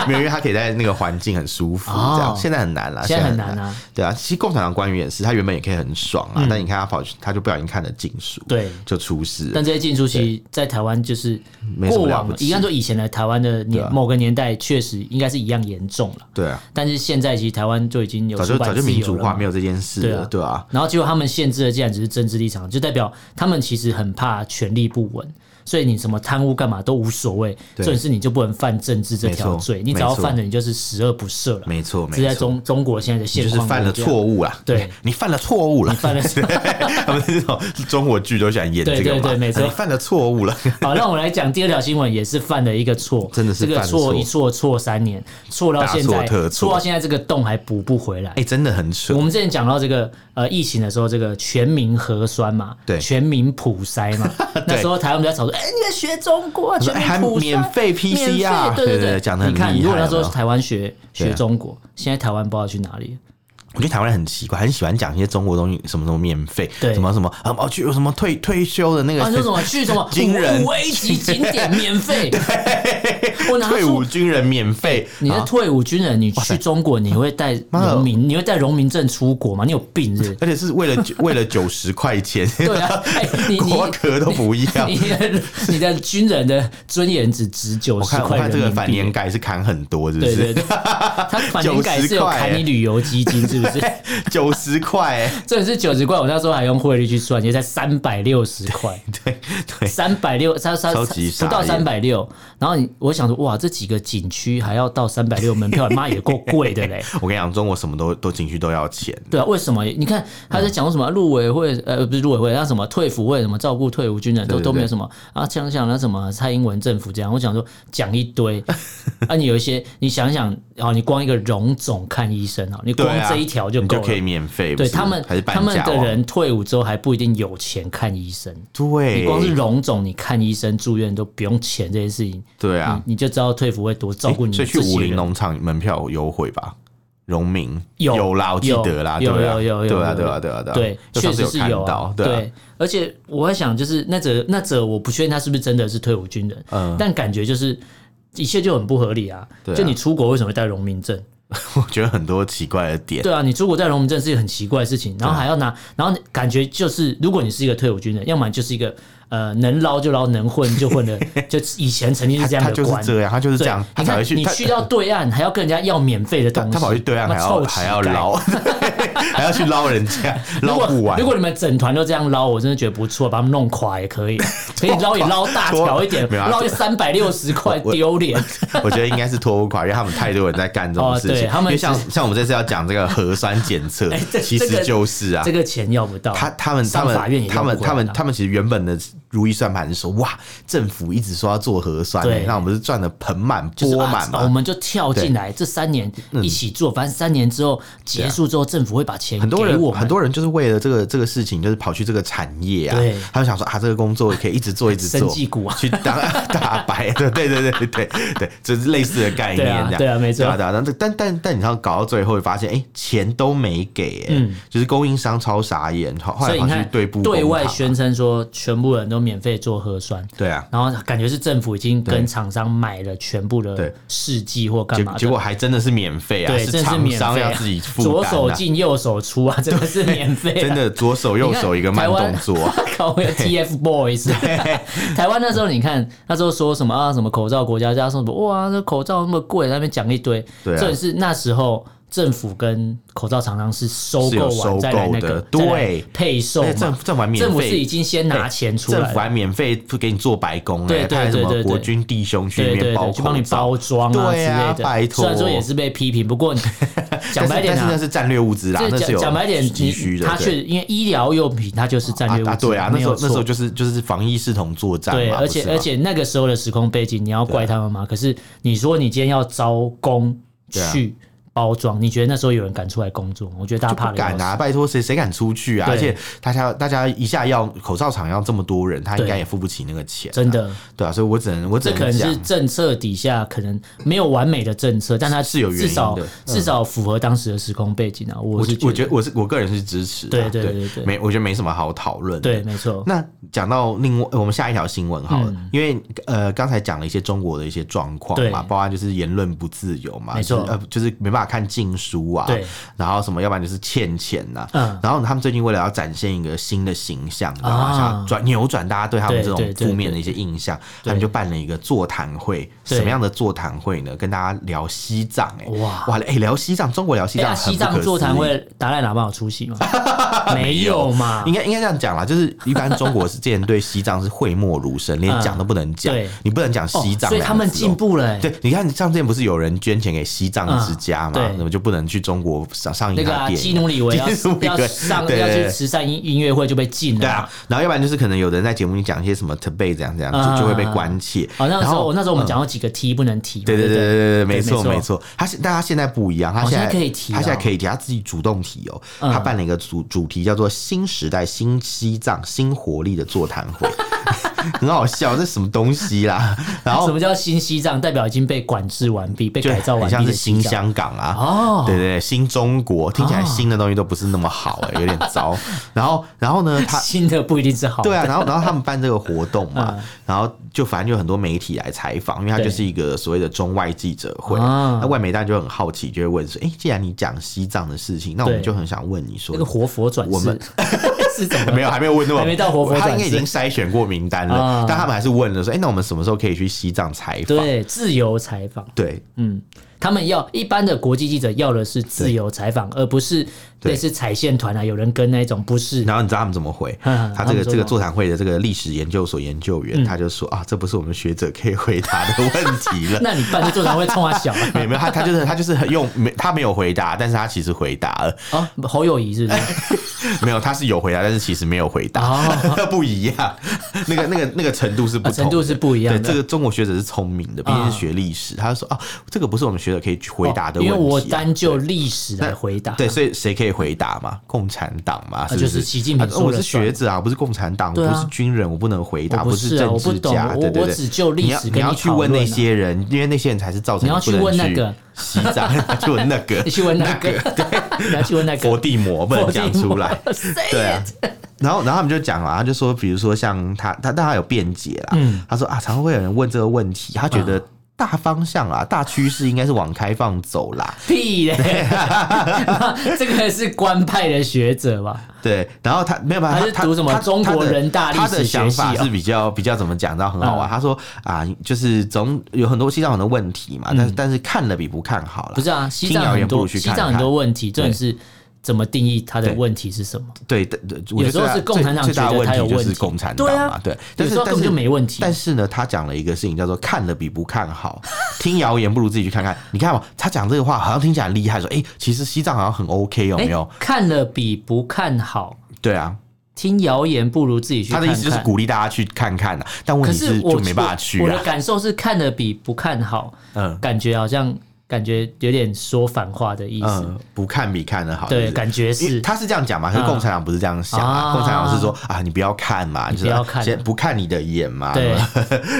[SPEAKER 1] 没有，因为他可以在那个环境很舒服，这样
[SPEAKER 2] 哦
[SPEAKER 1] 现在很难啦，
[SPEAKER 2] 现在很
[SPEAKER 1] 很
[SPEAKER 2] 难啊。嗯
[SPEAKER 1] 对啊，其实共产党官员也是，他原本也可以很爽啊，但你看他跑去，他就不小心看了禁书，
[SPEAKER 2] 对
[SPEAKER 1] 就出事了
[SPEAKER 2] 但。这些禁书其实在台湾就是
[SPEAKER 1] 没什
[SPEAKER 2] 过
[SPEAKER 1] 么了
[SPEAKER 2] 往
[SPEAKER 1] 不起
[SPEAKER 2] 应该说以前的台湾的
[SPEAKER 1] 对啊
[SPEAKER 2] 年某个年代确实应该是一样严重了，
[SPEAKER 1] 对啊，
[SPEAKER 2] 但是现在其实台湾就已经有
[SPEAKER 1] 早就
[SPEAKER 2] 出
[SPEAKER 1] 早
[SPEAKER 2] 版
[SPEAKER 1] 就
[SPEAKER 2] 自
[SPEAKER 1] 民
[SPEAKER 2] 由
[SPEAKER 1] 主
[SPEAKER 2] 了
[SPEAKER 1] 化
[SPEAKER 2] 嘛
[SPEAKER 1] 没有这件事
[SPEAKER 2] 对啊
[SPEAKER 1] 了，对啊，
[SPEAKER 2] 然后结果他们限制的竟然只是政治立场，就代表他们其实很怕权力不稳，所以你什么贪污干嘛都无所谓，
[SPEAKER 1] 对
[SPEAKER 2] 重点是你就不能犯政治这条
[SPEAKER 1] 没错
[SPEAKER 2] 罪，你只要
[SPEAKER 1] 没错
[SPEAKER 2] 犯了，你就是十恶不赦了。
[SPEAKER 1] 没错
[SPEAKER 2] 这
[SPEAKER 1] 没
[SPEAKER 2] 在
[SPEAKER 1] 错，
[SPEAKER 2] 中中国现在的
[SPEAKER 1] 你
[SPEAKER 2] 现
[SPEAKER 1] 就
[SPEAKER 2] 况
[SPEAKER 1] 是犯了
[SPEAKER 2] 就是这
[SPEAKER 1] 错
[SPEAKER 2] 样
[SPEAKER 1] 误啦，
[SPEAKER 2] 对，
[SPEAKER 1] 你犯了错误了，
[SPEAKER 2] 你犯了错
[SPEAKER 1] 他们这种中国剧都喜欢演
[SPEAKER 2] 对
[SPEAKER 1] 这个嘛，
[SPEAKER 2] 对对没错
[SPEAKER 1] 你犯了错误了，
[SPEAKER 2] 好，那我们来讲第二条新闻，也是犯了一个错，
[SPEAKER 1] 真的是
[SPEAKER 2] 这个
[SPEAKER 1] 犯错
[SPEAKER 2] 错一错错三年，错到现
[SPEAKER 1] 大错
[SPEAKER 2] 在，
[SPEAKER 1] 特错
[SPEAKER 2] 错到现在这个洞还补不回来。
[SPEAKER 1] 哎，真的很扯
[SPEAKER 2] 我，们之前讲到这个呃疫情的时候，这个全民核酸嘛，
[SPEAKER 1] 对
[SPEAKER 2] 全民普筛 嘛，那时候台湾比较吵说，哎、你们学中国啊，全
[SPEAKER 1] 哎
[SPEAKER 2] 民
[SPEAKER 1] 还
[SPEAKER 2] 普筛
[SPEAKER 1] 免费 PCR，
[SPEAKER 2] 对
[SPEAKER 1] 对对
[SPEAKER 2] 对，
[SPEAKER 1] 对讲得很
[SPEAKER 2] 你看，
[SPEAKER 1] 厉害
[SPEAKER 2] 如果那时候
[SPEAKER 1] 有没有
[SPEAKER 2] 台湾学
[SPEAKER 1] 对
[SPEAKER 2] 学
[SPEAKER 1] 啊
[SPEAKER 2] 中国，现在台湾不知道去哪里 了。
[SPEAKER 1] 我觉得台湾人很奇怪，很喜欢讲一些中国东西，什么什么免费，
[SPEAKER 2] 对
[SPEAKER 1] 什么什么啊哦去什么退退休的那个
[SPEAKER 2] 啊，说什么去什么
[SPEAKER 1] 军人
[SPEAKER 2] 五五 A 级景点免费，我 拿
[SPEAKER 1] 退
[SPEAKER 2] 出
[SPEAKER 1] 伍军人免费，啊
[SPEAKER 2] 你是退伍军人，你去中国，你会带
[SPEAKER 1] 妈的？
[SPEAKER 2] 农民，你会带农民证出国吗？你有病是不是
[SPEAKER 1] 而且是 为了为了九十块钱，
[SPEAKER 2] 对啊，哎，你 你
[SPEAKER 1] 国壳都不要。
[SPEAKER 2] 你 的你的军人的尊严只值九
[SPEAKER 1] 我
[SPEAKER 2] 十
[SPEAKER 1] 看我
[SPEAKER 2] 块
[SPEAKER 1] 看
[SPEAKER 2] 人
[SPEAKER 1] 这个
[SPEAKER 2] 民
[SPEAKER 1] 反年
[SPEAKER 2] 币。
[SPEAKER 1] 改是砍很多，是不
[SPEAKER 2] 对对
[SPEAKER 1] 是？
[SPEAKER 2] 对，他反年改是有
[SPEAKER 1] 90块
[SPEAKER 2] 砍你旅游基金，是不是？
[SPEAKER 1] 九十块， 哎
[SPEAKER 2] 这是九十块，我那时候还用汇率去算，也才三百六十块，
[SPEAKER 1] 对对，
[SPEAKER 2] 三百六，三三
[SPEAKER 1] 超级傻
[SPEAKER 2] 不到
[SPEAKER 1] 眼
[SPEAKER 2] 三百六。然后你，我想说，哇，这几个景区还要到三百六，门票妈也够贵的嘞。
[SPEAKER 1] 我跟你讲，中国什么都都景区都要钱，
[SPEAKER 2] 对啊，为什么？你看
[SPEAKER 1] 嗯
[SPEAKER 2] 他在讲什么陆委会，呃，不是陆委会，那什么退辅会，什么照顾退伍军人，都
[SPEAKER 1] 对对
[SPEAKER 2] 都没有
[SPEAKER 1] 对
[SPEAKER 2] 什么啊。想想那什么蔡英文政府这样，我想说讲一 堆啊，你有一些，你想想哦，你光一个荣总看医生啊，你
[SPEAKER 1] 对
[SPEAKER 2] 光
[SPEAKER 1] 啊，
[SPEAKER 2] 这一条就
[SPEAKER 1] 你
[SPEAKER 2] 够
[SPEAKER 1] 就
[SPEAKER 2] 了。
[SPEAKER 1] 可以免费，不
[SPEAKER 2] 对
[SPEAKER 1] 是
[SPEAKER 2] 他们
[SPEAKER 1] 还是，
[SPEAKER 2] 他
[SPEAKER 1] 半
[SPEAKER 2] 们
[SPEAKER 1] 价
[SPEAKER 2] 的
[SPEAKER 1] 哦，
[SPEAKER 2] 人退伍之后还不一定有钱看医生。
[SPEAKER 1] 对，
[SPEAKER 2] 你光是荣总，你看医生住院都不用钱这件事情，
[SPEAKER 1] 对啊，
[SPEAKER 2] 你你就知道退辅会多照
[SPEAKER 1] 诶
[SPEAKER 2] 顾你
[SPEAKER 1] 所
[SPEAKER 2] 这
[SPEAKER 1] 以去
[SPEAKER 2] 些
[SPEAKER 1] 武林
[SPEAKER 2] 人。
[SPEAKER 1] 农场门票有优惠吧？荣民
[SPEAKER 2] 有
[SPEAKER 1] 啦，我记得啦，
[SPEAKER 2] 有
[SPEAKER 1] 对啊
[SPEAKER 2] 有有有
[SPEAKER 1] 对啊
[SPEAKER 2] 有
[SPEAKER 1] 对啊对啊对啊，
[SPEAKER 2] 对，
[SPEAKER 1] 就
[SPEAKER 2] 确
[SPEAKER 1] 上次
[SPEAKER 2] 实是
[SPEAKER 1] 看
[SPEAKER 2] 有
[SPEAKER 1] 到
[SPEAKER 2] 啊，，
[SPEAKER 1] 对啊，
[SPEAKER 2] 而且我在想，就是那则那则我不确定他是不是真的是退伍军人，但感觉就是一切就很不合理啊！
[SPEAKER 1] 嗯对啊
[SPEAKER 2] 就你出国为什么会带荣民证？
[SPEAKER 1] 我觉得很多奇怪的点，
[SPEAKER 2] 对啊，你出国带荣民证是一个很奇怪的事情，然后
[SPEAKER 1] 啊
[SPEAKER 2] 还要拿，然后感觉就是如果你是一个退伍军人，要么你就是一个呃能捞就捞，能混就 混的，就以前曾经是这样
[SPEAKER 1] 他
[SPEAKER 2] 的
[SPEAKER 1] 就是
[SPEAKER 2] 官。
[SPEAKER 1] 这样，他就是这
[SPEAKER 2] 对
[SPEAKER 1] 样，，他
[SPEAKER 2] 你
[SPEAKER 1] 才会
[SPEAKER 2] 看
[SPEAKER 1] 去
[SPEAKER 2] 你
[SPEAKER 1] 他
[SPEAKER 2] 去到对岸还要跟人家要免费的
[SPEAKER 1] 他
[SPEAKER 2] 东西，
[SPEAKER 1] 他跑去对岸
[SPEAKER 2] 妈
[SPEAKER 1] 还要
[SPEAKER 2] 臭乞
[SPEAKER 1] 还要
[SPEAKER 2] 丐
[SPEAKER 1] 捞， 还要去捞人家，
[SPEAKER 2] 如
[SPEAKER 1] 捞
[SPEAKER 2] 果
[SPEAKER 1] 不完
[SPEAKER 2] 如。果你们整团都这样捞，我真的觉得不错，把他们弄垮也 可以，可以捞也捞大条一点，
[SPEAKER 1] 没有啊
[SPEAKER 2] 捞个三百六十块
[SPEAKER 1] 我
[SPEAKER 2] 丢脸。
[SPEAKER 1] 我觉得应该是拖不垮，因为他们太多人在干这种
[SPEAKER 2] 哦
[SPEAKER 1] 事情。
[SPEAKER 2] 对他们
[SPEAKER 1] 因为像
[SPEAKER 2] 其
[SPEAKER 1] 像我们这次要讲这个核酸检测
[SPEAKER 2] 哎，这
[SPEAKER 1] 其
[SPEAKER 2] 这
[SPEAKER 1] 实
[SPEAKER 2] 个
[SPEAKER 1] 就是啊
[SPEAKER 2] 这，个钱要不到，
[SPEAKER 1] 他他们他
[SPEAKER 2] 上法院
[SPEAKER 1] 们
[SPEAKER 2] 也
[SPEAKER 1] 他
[SPEAKER 2] 要不
[SPEAKER 1] 们
[SPEAKER 2] 回来
[SPEAKER 1] 他们
[SPEAKER 2] 啊
[SPEAKER 1] 他们其实原本的如意算盘是说，哇，政府一直说要做核酸、
[SPEAKER 2] 对
[SPEAKER 1] 那我们是赚的盆满
[SPEAKER 2] 就是
[SPEAKER 1] 钵满
[SPEAKER 2] 啊我
[SPEAKER 1] 嘛。嗯
[SPEAKER 2] 们就跳进来，这三年一起做，反正三年之后结束之后，政府会把钱
[SPEAKER 1] 很多
[SPEAKER 2] 给
[SPEAKER 1] 人
[SPEAKER 2] 我
[SPEAKER 1] 很
[SPEAKER 2] 们。
[SPEAKER 1] 多人就是为了这个这个事情，就是跑去这个产业啊
[SPEAKER 2] 对，
[SPEAKER 1] 他们想说啊，这个工作可以一直做一直做，
[SPEAKER 2] 生技股啊
[SPEAKER 1] 去当 打白，对对对对对对，就是类似的概念
[SPEAKER 2] 对啊
[SPEAKER 1] 这样
[SPEAKER 2] 对啊没错
[SPEAKER 1] 对啊对啊但但但但你知道搞到最后会发现，哎，钱都没给，哎
[SPEAKER 2] 嗯，
[SPEAKER 1] 就是供应商超傻眼，后后
[SPEAKER 2] 所
[SPEAKER 1] 来
[SPEAKER 2] 以
[SPEAKER 1] 跑
[SPEAKER 2] 你
[SPEAKER 1] 去
[SPEAKER 2] 看，
[SPEAKER 1] 对簿
[SPEAKER 2] 对
[SPEAKER 1] 公
[SPEAKER 2] 外
[SPEAKER 1] 堂啊
[SPEAKER 2] 宣称说全部人都免费做核酸，
[SPEAKER 1] 对啊，
[SPEAKER 2] 然后感觉是政府已经
[SPEAKER 1] 对
[SPEAKER 2] 跟厂商买了全部的
[SPEAKER 1] 对
[SPEAKER 2] 试剂或干
[SPEAKER 1] 结
[SPEAKER 2] 嘛的，
[SPEAKER 1] 结果还真的是免费啊，
[SPEAKER 2] 对，真的是
[SPEAKER 1] 厂
[SPEAKER 2] 免
[SPEAKER 1] 商
[SPEAKER 2] 费啊、
[SPEAKER 1] 要自己负担、
[SPEAKER 2] 左
[SPEAKER 1] 啊，
[SPEAKER 2] 手进右手 出啊，真的是免费、啊，
[SPEAKER 1] 真 的左手右手一个慢动作，啊
[SPEAKER 2] 搞个 TFBOYS。台湾那时候你看，那时候说什么啊，什么口罩国家，大家说什么哇，这口罩那么贵，在那边讲一堆。
[SPEAKER 1] 对啊
[SPEAKER 2] 重点是那时候政府跟口罩厂商是收
[SPEAKER 1] 是有
[SPEAKER 2] 购
[SPEAKER 1] 收购
[SPEAKER 2] 完再来那个
[SPEAKER 1] 的
[SPEAKER 2] 再来
[SPEAKER 1] 对
[SPEAKER 2] 配售
[SPEAKER 1] 而且政
[SPEAKER 2] 嘛，
[SPEAKER 1] 府政府还免
[SPEAKER 2] 政府
[SPEAKER 1] 费
[SPEAKER 2] 是已经先拿钱出来
[SPEAKER 1] 政
[SPEAKER 2] 了，
[SPEAKER 1] 府还免费不给你做白工欸，
[SPEAKER 2] 对对
[SPEAKER 1] 派什
[SPEAKER 2] 对
[SPEAKER 1] 么
[SPEAKER 2] 对
[SPEAKER 1] 国
[SPEAKER 2] 对
[SPEAKER 1] 军弟兄去里
[SPEAKER 2] 对对
[SPEAKER 1] 面包
[SPEAKER 2] 对，去帮你
[SPEAKER 1] 口罩
[SPEAKER 2] 包装啊之
[SPEAKER 1] 对啊
[SPEAKER 2] 类的。
[SPEAKER 1] 拜托
[SPEAKER 2] 虽然说也是被批评，不 过你讲
[SPEAKER 1] 但
[SPEAKER 2] 白
[SPEAKER 1] 是
[SPEAKER 2] 点
[SPEAKER 1] 但是那
[SPEAKER 2] 啊。
[SPEAKER 1] 是战略物资啦，
[SPEAKER 2] 这
[SPEAKER 1] 那是有
[SPEAKER 2] 讲讲白点，
[SPEAKER 1] 急
[SPEAKER 2] 你
[SPEAKER 1] 需的，
[SPEAKER 2] 它
[SPEAKER 1] 对
[SPEAKER 2] 确因为医疗用品，它就是战略物
[SPEAKER 1] 啊
[SPEAKER 2] 资
[SPEAKER 1] 啊，对啊，那时候
[SPEAKER 2] 没有
[SPEAKER 1] 那时候
[SPEAKER 2] 错
[SPEAKER 1] 就是就是防疫视同作战嘛，
[SPEAKER 2] 对，
[SPEAKER 1] 不
[SPEAKER 2] 而且
[SPEAKER 1] 是吗啊
[SPEAKER 2] 而且那个时候的时空背景，你要怪他们吗？可是你说你今天要招工
[SPEAKER 1] 对啊
[SPEAKER 2] 去包装，你觉得那时候有人敢出来工作吗？我觉得大家
[SPEAKER 1] 就
[SPEAKER 2] 怕
[SPEAKER 1] 不
[SPEAKER 2] 的
[SPEAKER 1] 敢啊！拜托谁谁敢出去啊？
[SPEAKER 2] 对
[SPEAKER 1] 而且大家大家一下要口罩厂要这么多人，他应该
[SPEAKER 2] 对
[SPEAKER 1] 也付不起那个钱啊，
[SPEAKER 2] 真的，
[SPEAKER 1] 对啊，所以我只能我只
[SPEAKER 2] 这可
[SPEAKER 1] 能
[SPEAKER 2] 能
[SPEAKER 1] 讲
[SPEAKER 2] 是，政策底下可能没有完美的政策，但它
[SPEAKER 1] 是有原因的
[SPEAKER 2] 至少
[SPEAKER 1] 嗯
[SPEAKER 2] 至少符合当时的时空背景啊。我
[SPEAKER 1] 我
[SPEAKER 2] 是
[SPEAKER 1] 我觉
[SPEAKER 2] 得
[SPEAKER 1] 得我是我个人是支持的啊，
[SPEAKER 2] 对对
[SPEAKER 1] 对
[SPEAKER 2] 对对
[SPEAKER 1] 没我觉得没什么好讨论的，
[SPEAKER 2] 对，没错。
[SPEAKER 1] 那讲到另外，我们下一条新闻好了，因为呃，刚才讲了一些中国的一些状况嘛，
[SPEAKER 2] 嗯对
[SPEAKER 1] 包含就是言论不自由嘛，
[SPEAKER 2] 没错
[SPEAKER 1] 就是呃，就是没办法看禁书啊，
[SPEAKER 2] 对，
[SPEAKER 1] 然后什么，要不然就是欠钱呐、
[SPEAKER 2] 嗯
[SPEAKER 1] 然后他们最近为了要展现一个新的形象，你知道
[SPEAKER 2] 啊
[SPEAKER 1] 吗？想要转扭转大家对他们
[SPEAKER 2] 对
[SPEAKER 1] 这种
[SPEAKER 2] 对对
[SPEAKER 1] 负面的一些印象，他们就办了一个座谈会，
[SPEAKER 2] 对
[SPEAKER 1] 什么样的座谈会呢？跟大家聊西藏、欸，
[SPEAKER 2] 哇
[SPEAKER 1] 哇，哎、聊西藏，中国聊西藏
[SPEAKER 2] 哎呀，
[SPEAKER 1] 很不可思议、
[SPEAKER 2] 西藏座谈会，达赖喇嘛有出席 吗？没有嘛
[SPEAKER 1] 应，该应该这样讲啦，就是一般中国是之前对西藏是讳莫如深，连讲都不能讲
[SPEAKER 2] 嗯对，
[SPEAKER 1] 你不能讲
[SPEAKER 2] 哦
[SPEAKER 1] 西藏两个字哦，
[SPEAKER 2] 所以他们进步了。哎
[SPEAKER 1] 对，你看，像之前不是有人捐钱给西藏之家嘛，
[SPEAKER 2] 嗯对
[SPEAKER 1] 那么就不能去中国上上映
[SPEAKER 2] 那个
[SPEAKER 1] 他
[SPEAKER 2] 啊
[SPEAKER 1] 的电
[SPEAKER 2] 基
[SPEAKER 1] 影。
[SPEAKER 2] 努里维 要
[SPEAKER 1] 基努里维
[SPEAKER 2] 要上
[SPEAKER 1] 对
[SPEAKER 2] 要
[SPEAKER 1] 对
[SPEAKER 2] 去
[SPEAKER 1] 对
[SPEAKER 2] 慈善音音乐会就被禁
[SPEAKER 1] 对
[SPEAKER 2] 了
[SPEAKER 1] 啊
[SPEAKER 2] 嘛。，
[SPEAKER 1] 然后要不然就是可能有的人在节目里讲一些什么 t 贝这样这样，
[SPEAKER 2] 嗯
[SPEAKER 1] 就就会被
[SPEAKER 2] 嗯嗯
[SPEAKER 1] 关切。
[SPEAKER 2] 好，那时
[SPEAKER 1] 然
[SPEAKER 2] 候
[SPEAKER 1] 后
[SPEAKER 2] 那时候我们讲到几个 T 不能提嘛，
[SPEAKER 1] 对对对
[SPEAKER 2] 对
[SPEAKER 1] 对对对，没
[SPEAKER 2] 没
[SPEAKER 1] 错
[SPEAKER 2] 错
[SPEAKER 1] 没错。他现但他现在不一样，他
[SPEAKER 2] 哦
[SPEAKER 1] 现
[SPEAKER 2] 现
[SPEAKER 1] 在
[SPEAKER 2] 在可以提
[SPEAKER 1] 他现在
[SPEAKER 2] 哦
[SPEAKER 1] 可以提，他自己主动提哦。
[SPEAKER 2] 嗯
[SPEAKER 1] 他办了一个主主题叫做“新时代新西藏新活力”的座谈会， 很好笑，这什么东西啦？然
[SPEAKER 2] 什
[SPEAKER 1] 后
[SPEAKER 2] 么叫新西藏？代表已经被管制完毕、被
[SPEAKER 1] 就
[SPEAKER 2] 改造
[SPEAKER 1] 很
[SPEAKER 2] 完
[SPEAKER 1] 像
[SPEAKER 2] 毕
[SPEAKER 1] 是
[SPEAKER 2] 的
[SPEAKER 1] 新
[SPEAKER 2] 西藏。
[SPEAKER 1] 香港啊。
[SPEAKER 2] 哦，
[SPEAKER 1] 对对对，新中国听起来
[SPEAKER 2] 哦
[SPEAKER 1] 新的东西都不是那么好哎、有点糟。然后，然后呢，他
[SPEAKER 2] 新的不一定是好的。
[SPEAKER 1] 对啊，然后然后他们办这个活动嘛，
[SPEAKER 2] 哦嗯
[SPEAKER 1] 然后就反正就有很多媒体来采访，因为它
[SPEAKER 2] 对
[SPEAKER 1] 就是一个所谓的中外记者会。
[SPEAKER 2] 啊
[SPEAKER 1] 那外媒当然就很好奇，就会问说：“哎、既然你讲西藏的事情，那我们
[SPEAKER 2] 对
[SPEAKER 1] 就很想问你说
[SPEAKER 2] 那个，活佛转
[SPEAKER 1] 我
[SPEAKER 2] 世
[SPEAKER 1] 们
[SPEAKER 2] 是怎 么
[SPEAKER 1] 没有还没有问那么，
[SPEAKER 2] 还没到活佛
[SPEAKER 1] 他应
[SPEAKER 2] 转
[SPEAKER 1] 该已
[SPEAKER 2] 世
[SPEAKER 1] 经？筛选过名单了，
[SPEAKER 2] 啊
[SPEAKER 1] 但他们还是问了说：哎、那我们什么时候可以去西藏采访？
[SPEAKER 2] 对，自由采访。
[SPEAKER 1] 对
[SPEAKER 2] 嗯，他们要一般的国际记者要的是自由采访，而不是
[SPEAKER 1] 对
[SPEAKER 2] 类似踩线团啊，有人跟那种不是。
[SPEAKER 1] 然后你知道他们怎么回？
[SPEAKER 2] 嗯
[SPEAKER 1] 他这个
[SPEAKER 2] 他们说什么嗯
[SPEAKER 1] 这个座谈会的这个历史研究所研究员，他就说啊，这不是我们学者可以回答的问题了。
[SPEAKER 2] 那你办这座谈会冲他小啊
[SPEAKER 1] 没有没有，他他就是他就是很用没他没有回答，但是他其实回答了，
[SPEAKER 2] 啊？侯友谊是不是？
[SPEAKER 1] 没有，他是有回答，但是其实没有回答， 不一样。那个、那个、那个程度是不同的、
[SPEAKER 2] 哦啊程度是不一样的
[SPEAKER 1] 对，这个中国学者是聪明的，毕竟是学历史，他就说啊，这个不是我们学者可以去回答的问
[SPEAKER 2] 哦因
[SPEAKER 1] 题、
[SPEAKER 2] 为
[SPEAKER 1] 啊
[SPEAKER 2] 我单就历史来回答。
[SPEAKER 1] 对，所以谁可以回答嘛？共产党嘛，是不
[SPEAKER 2] 就是习近平
[SPEAKER 1] 啊
[SPEAKER 2] 说了
[SPEAKER 1] 我是
[SPEAKER 2] 算
[SPEAKER 1] 学者啊，我不是共产党，
[SPEAKER 2] 对
[SPEAKER 1] 我
[SPEAKER 2] 啊
[SPEAKER 1] 不是军人，我不能回答，
[SPEAKER 2] 我不
[SPEAKER 1] 是
[SPEAKER 2] 是啊
[SPEAKER 1] 政
[SPEAKER 2] 我
[SPEAKER 1] 治
[SPEAKER 2] 不懂
[SPEAKER 1] 家，
[SPEAKER 2] 我
[SPEAKER 1] 对对
[SPEAKER 2] 我
[SPEAKER 1] 对。
[SPEAKER 2] 只就历
[SPEAKER 1] 你要
[SPEAKER 2] 史
[SPEAKER 1] 你
[SPEAKER 2] 跟
[SPEAKER 1] 要
[SPEAKER 2] 你
[SPEAKER 1] 去
[SPEAKER 2] 讨
[SPEAKER 1] 问
[SPEAKER 2] 论
[SPEAKER 1] 那
[SPEAKER 2] 啊
[SPEAKER 1] 些人，因为那些人才是造成
[SPEAKER 2] 你要
[SPEAKER 1] 不
[SPEAKER 2] 去
[SPEAKER 1] 能
[SPEAKER 2] 问那个
[SPEAKER 1] 西藏， 去问那个
[SPEAKER 2] 你去问那个，你要去问那个
[SPEAKER 1] 佛地魔，不能讲出来。
[SPEAKER 2] 佛地魔
[SPEAKER 1] 对啊。然后，然后他们就讲了，他就说，比如说像他，他但他有辩解啦。
[SPEAKER 2] 嗯
[SPEAKER 1] 他说啊，常会有人问这个问题，他觉得
[SPEAKER 2] 啊
[SPEAKER 1] 大方向啊，大趋势应该是往开放走啦。
[SPEAKER 2] 屁嘞！ 这个是官派的学 者吧？
[SPEAKER 1] 对，然后他没有办法，
[SPEAKER 2] 他是读什么
[SPEAKER 1] 他
[SPEAKER 2] 中国人大历
[SPEAKER 1] 他的他
[SPEAKER 2] 史
[SPEAKER 1] 的
[SPEAKER 2] 学系
[SPEAKER 1] 想
[SPEAKER 2] 哦
[SPEAKER 1] 法是比较比较怎么讲到很好玩。
[SPEAKER 2] 嗯
[SPEAKER 1] 他说啊，就是总有很多西藏很多问题嘛，但是但是看了比不看好了。
[SPEAKER 2] 嗯不是啊，西
[SPEAKER 1] 听
[SPEAKER 2] 藏
[SPEAKER 1] 谣言
[SPEAKER 2] 很
[SPEAKER 1] 不如
[SPEAKER 2] 多
[SPEAKER 1] 去
[SPEAKER 2] 西
[SPEAKER 1] 看看
[SPEAKER 2] 藏很多问题，重点是怎么定义它的
[SPEAKER 1] 对
[SPEAKER 2] 问题是什么？
[SPEAKER 1] 对的，对我觉得
[SPEAKER 2] 有时候
[SPEAKER 1] 最大
[SPEAKER 2] 是共产党
[SPEAKER 1] 最大的
[SPEAKER 2] 觉得他
[SPEAKER 1] 问题
[SPEAKER 2] 有
[SPEAKER 1] 就是
[SPEAKER 2] 问题
[SPEAKER 1] 共产党
[SPEAKER 2] 对
[SPEAKER 1] 嘛，
[SPEAKER 2] 啊
[SPEAKER 1] 对。但
[SPEAKER 2] 有
[SPEAKER 1] 是
[SPEAKER 2] 时候
[SPEAKER 1] 但
[SPEAKER 2] 根本
[SPEAKER 1] 是
[SPEAKER 2] 就没问题
[SPEAKER 1] 但是呢，他讲了一个事情叫做“看了比不看好”，听谣言不如自己去看看。你看嘛，他讲这个话好像听起来很厉害，说哎、诶其实西藏好像很 OK，有没有
[SPEAKER 2] 诶？哎看了比不看好，
[SPEAKER 1] 对啊，
[SPEAKER 2] 听谣言不如自己去
[SPEAKER 1] 他
[SPEAKER 2] 看
[SPEAKER 1] 的
[SPEAKER 2] 看。
[SPEAKER 1] 意思就是鼓励大家去看看啊，但问
[SPEAKER 2] 可
[SPEAKER 1] 题
[SPEAKER 2] 是
[SPEAKER 1] 是
[SPEAKER 2] 我
[SPEAKER 1] 就没办法去
[SPEAKER 2] 我。我
[SPEAKER 1] 啊
[SPEAKER 2] 的。感受是看了比不看好，
[SPEAKER 1] 嗯
[SPEAKER 2] 感觉好像感觉有点说反话的意思。
[SPEAKER 1] 嗯，不看比看的好，
[SPEAKER 2] 对
[SPEAKER 1] 就是
[SPEAKER 2] 感觉是
[SPEAKER 1] 因为他是这样讲嘛，可是
[SPEAKER 2] 嗯
[SPEAKER 1] 共产党不是这样想啊，
[SPEAKER 2] 啊
[SPEAKER 1] 共产党是说啊，你不要看嘛，你
[SPEAKER 2] 不要看
[SPEAKER 1] 先不看你的眼嘛，
[SPEAKER 2] 对，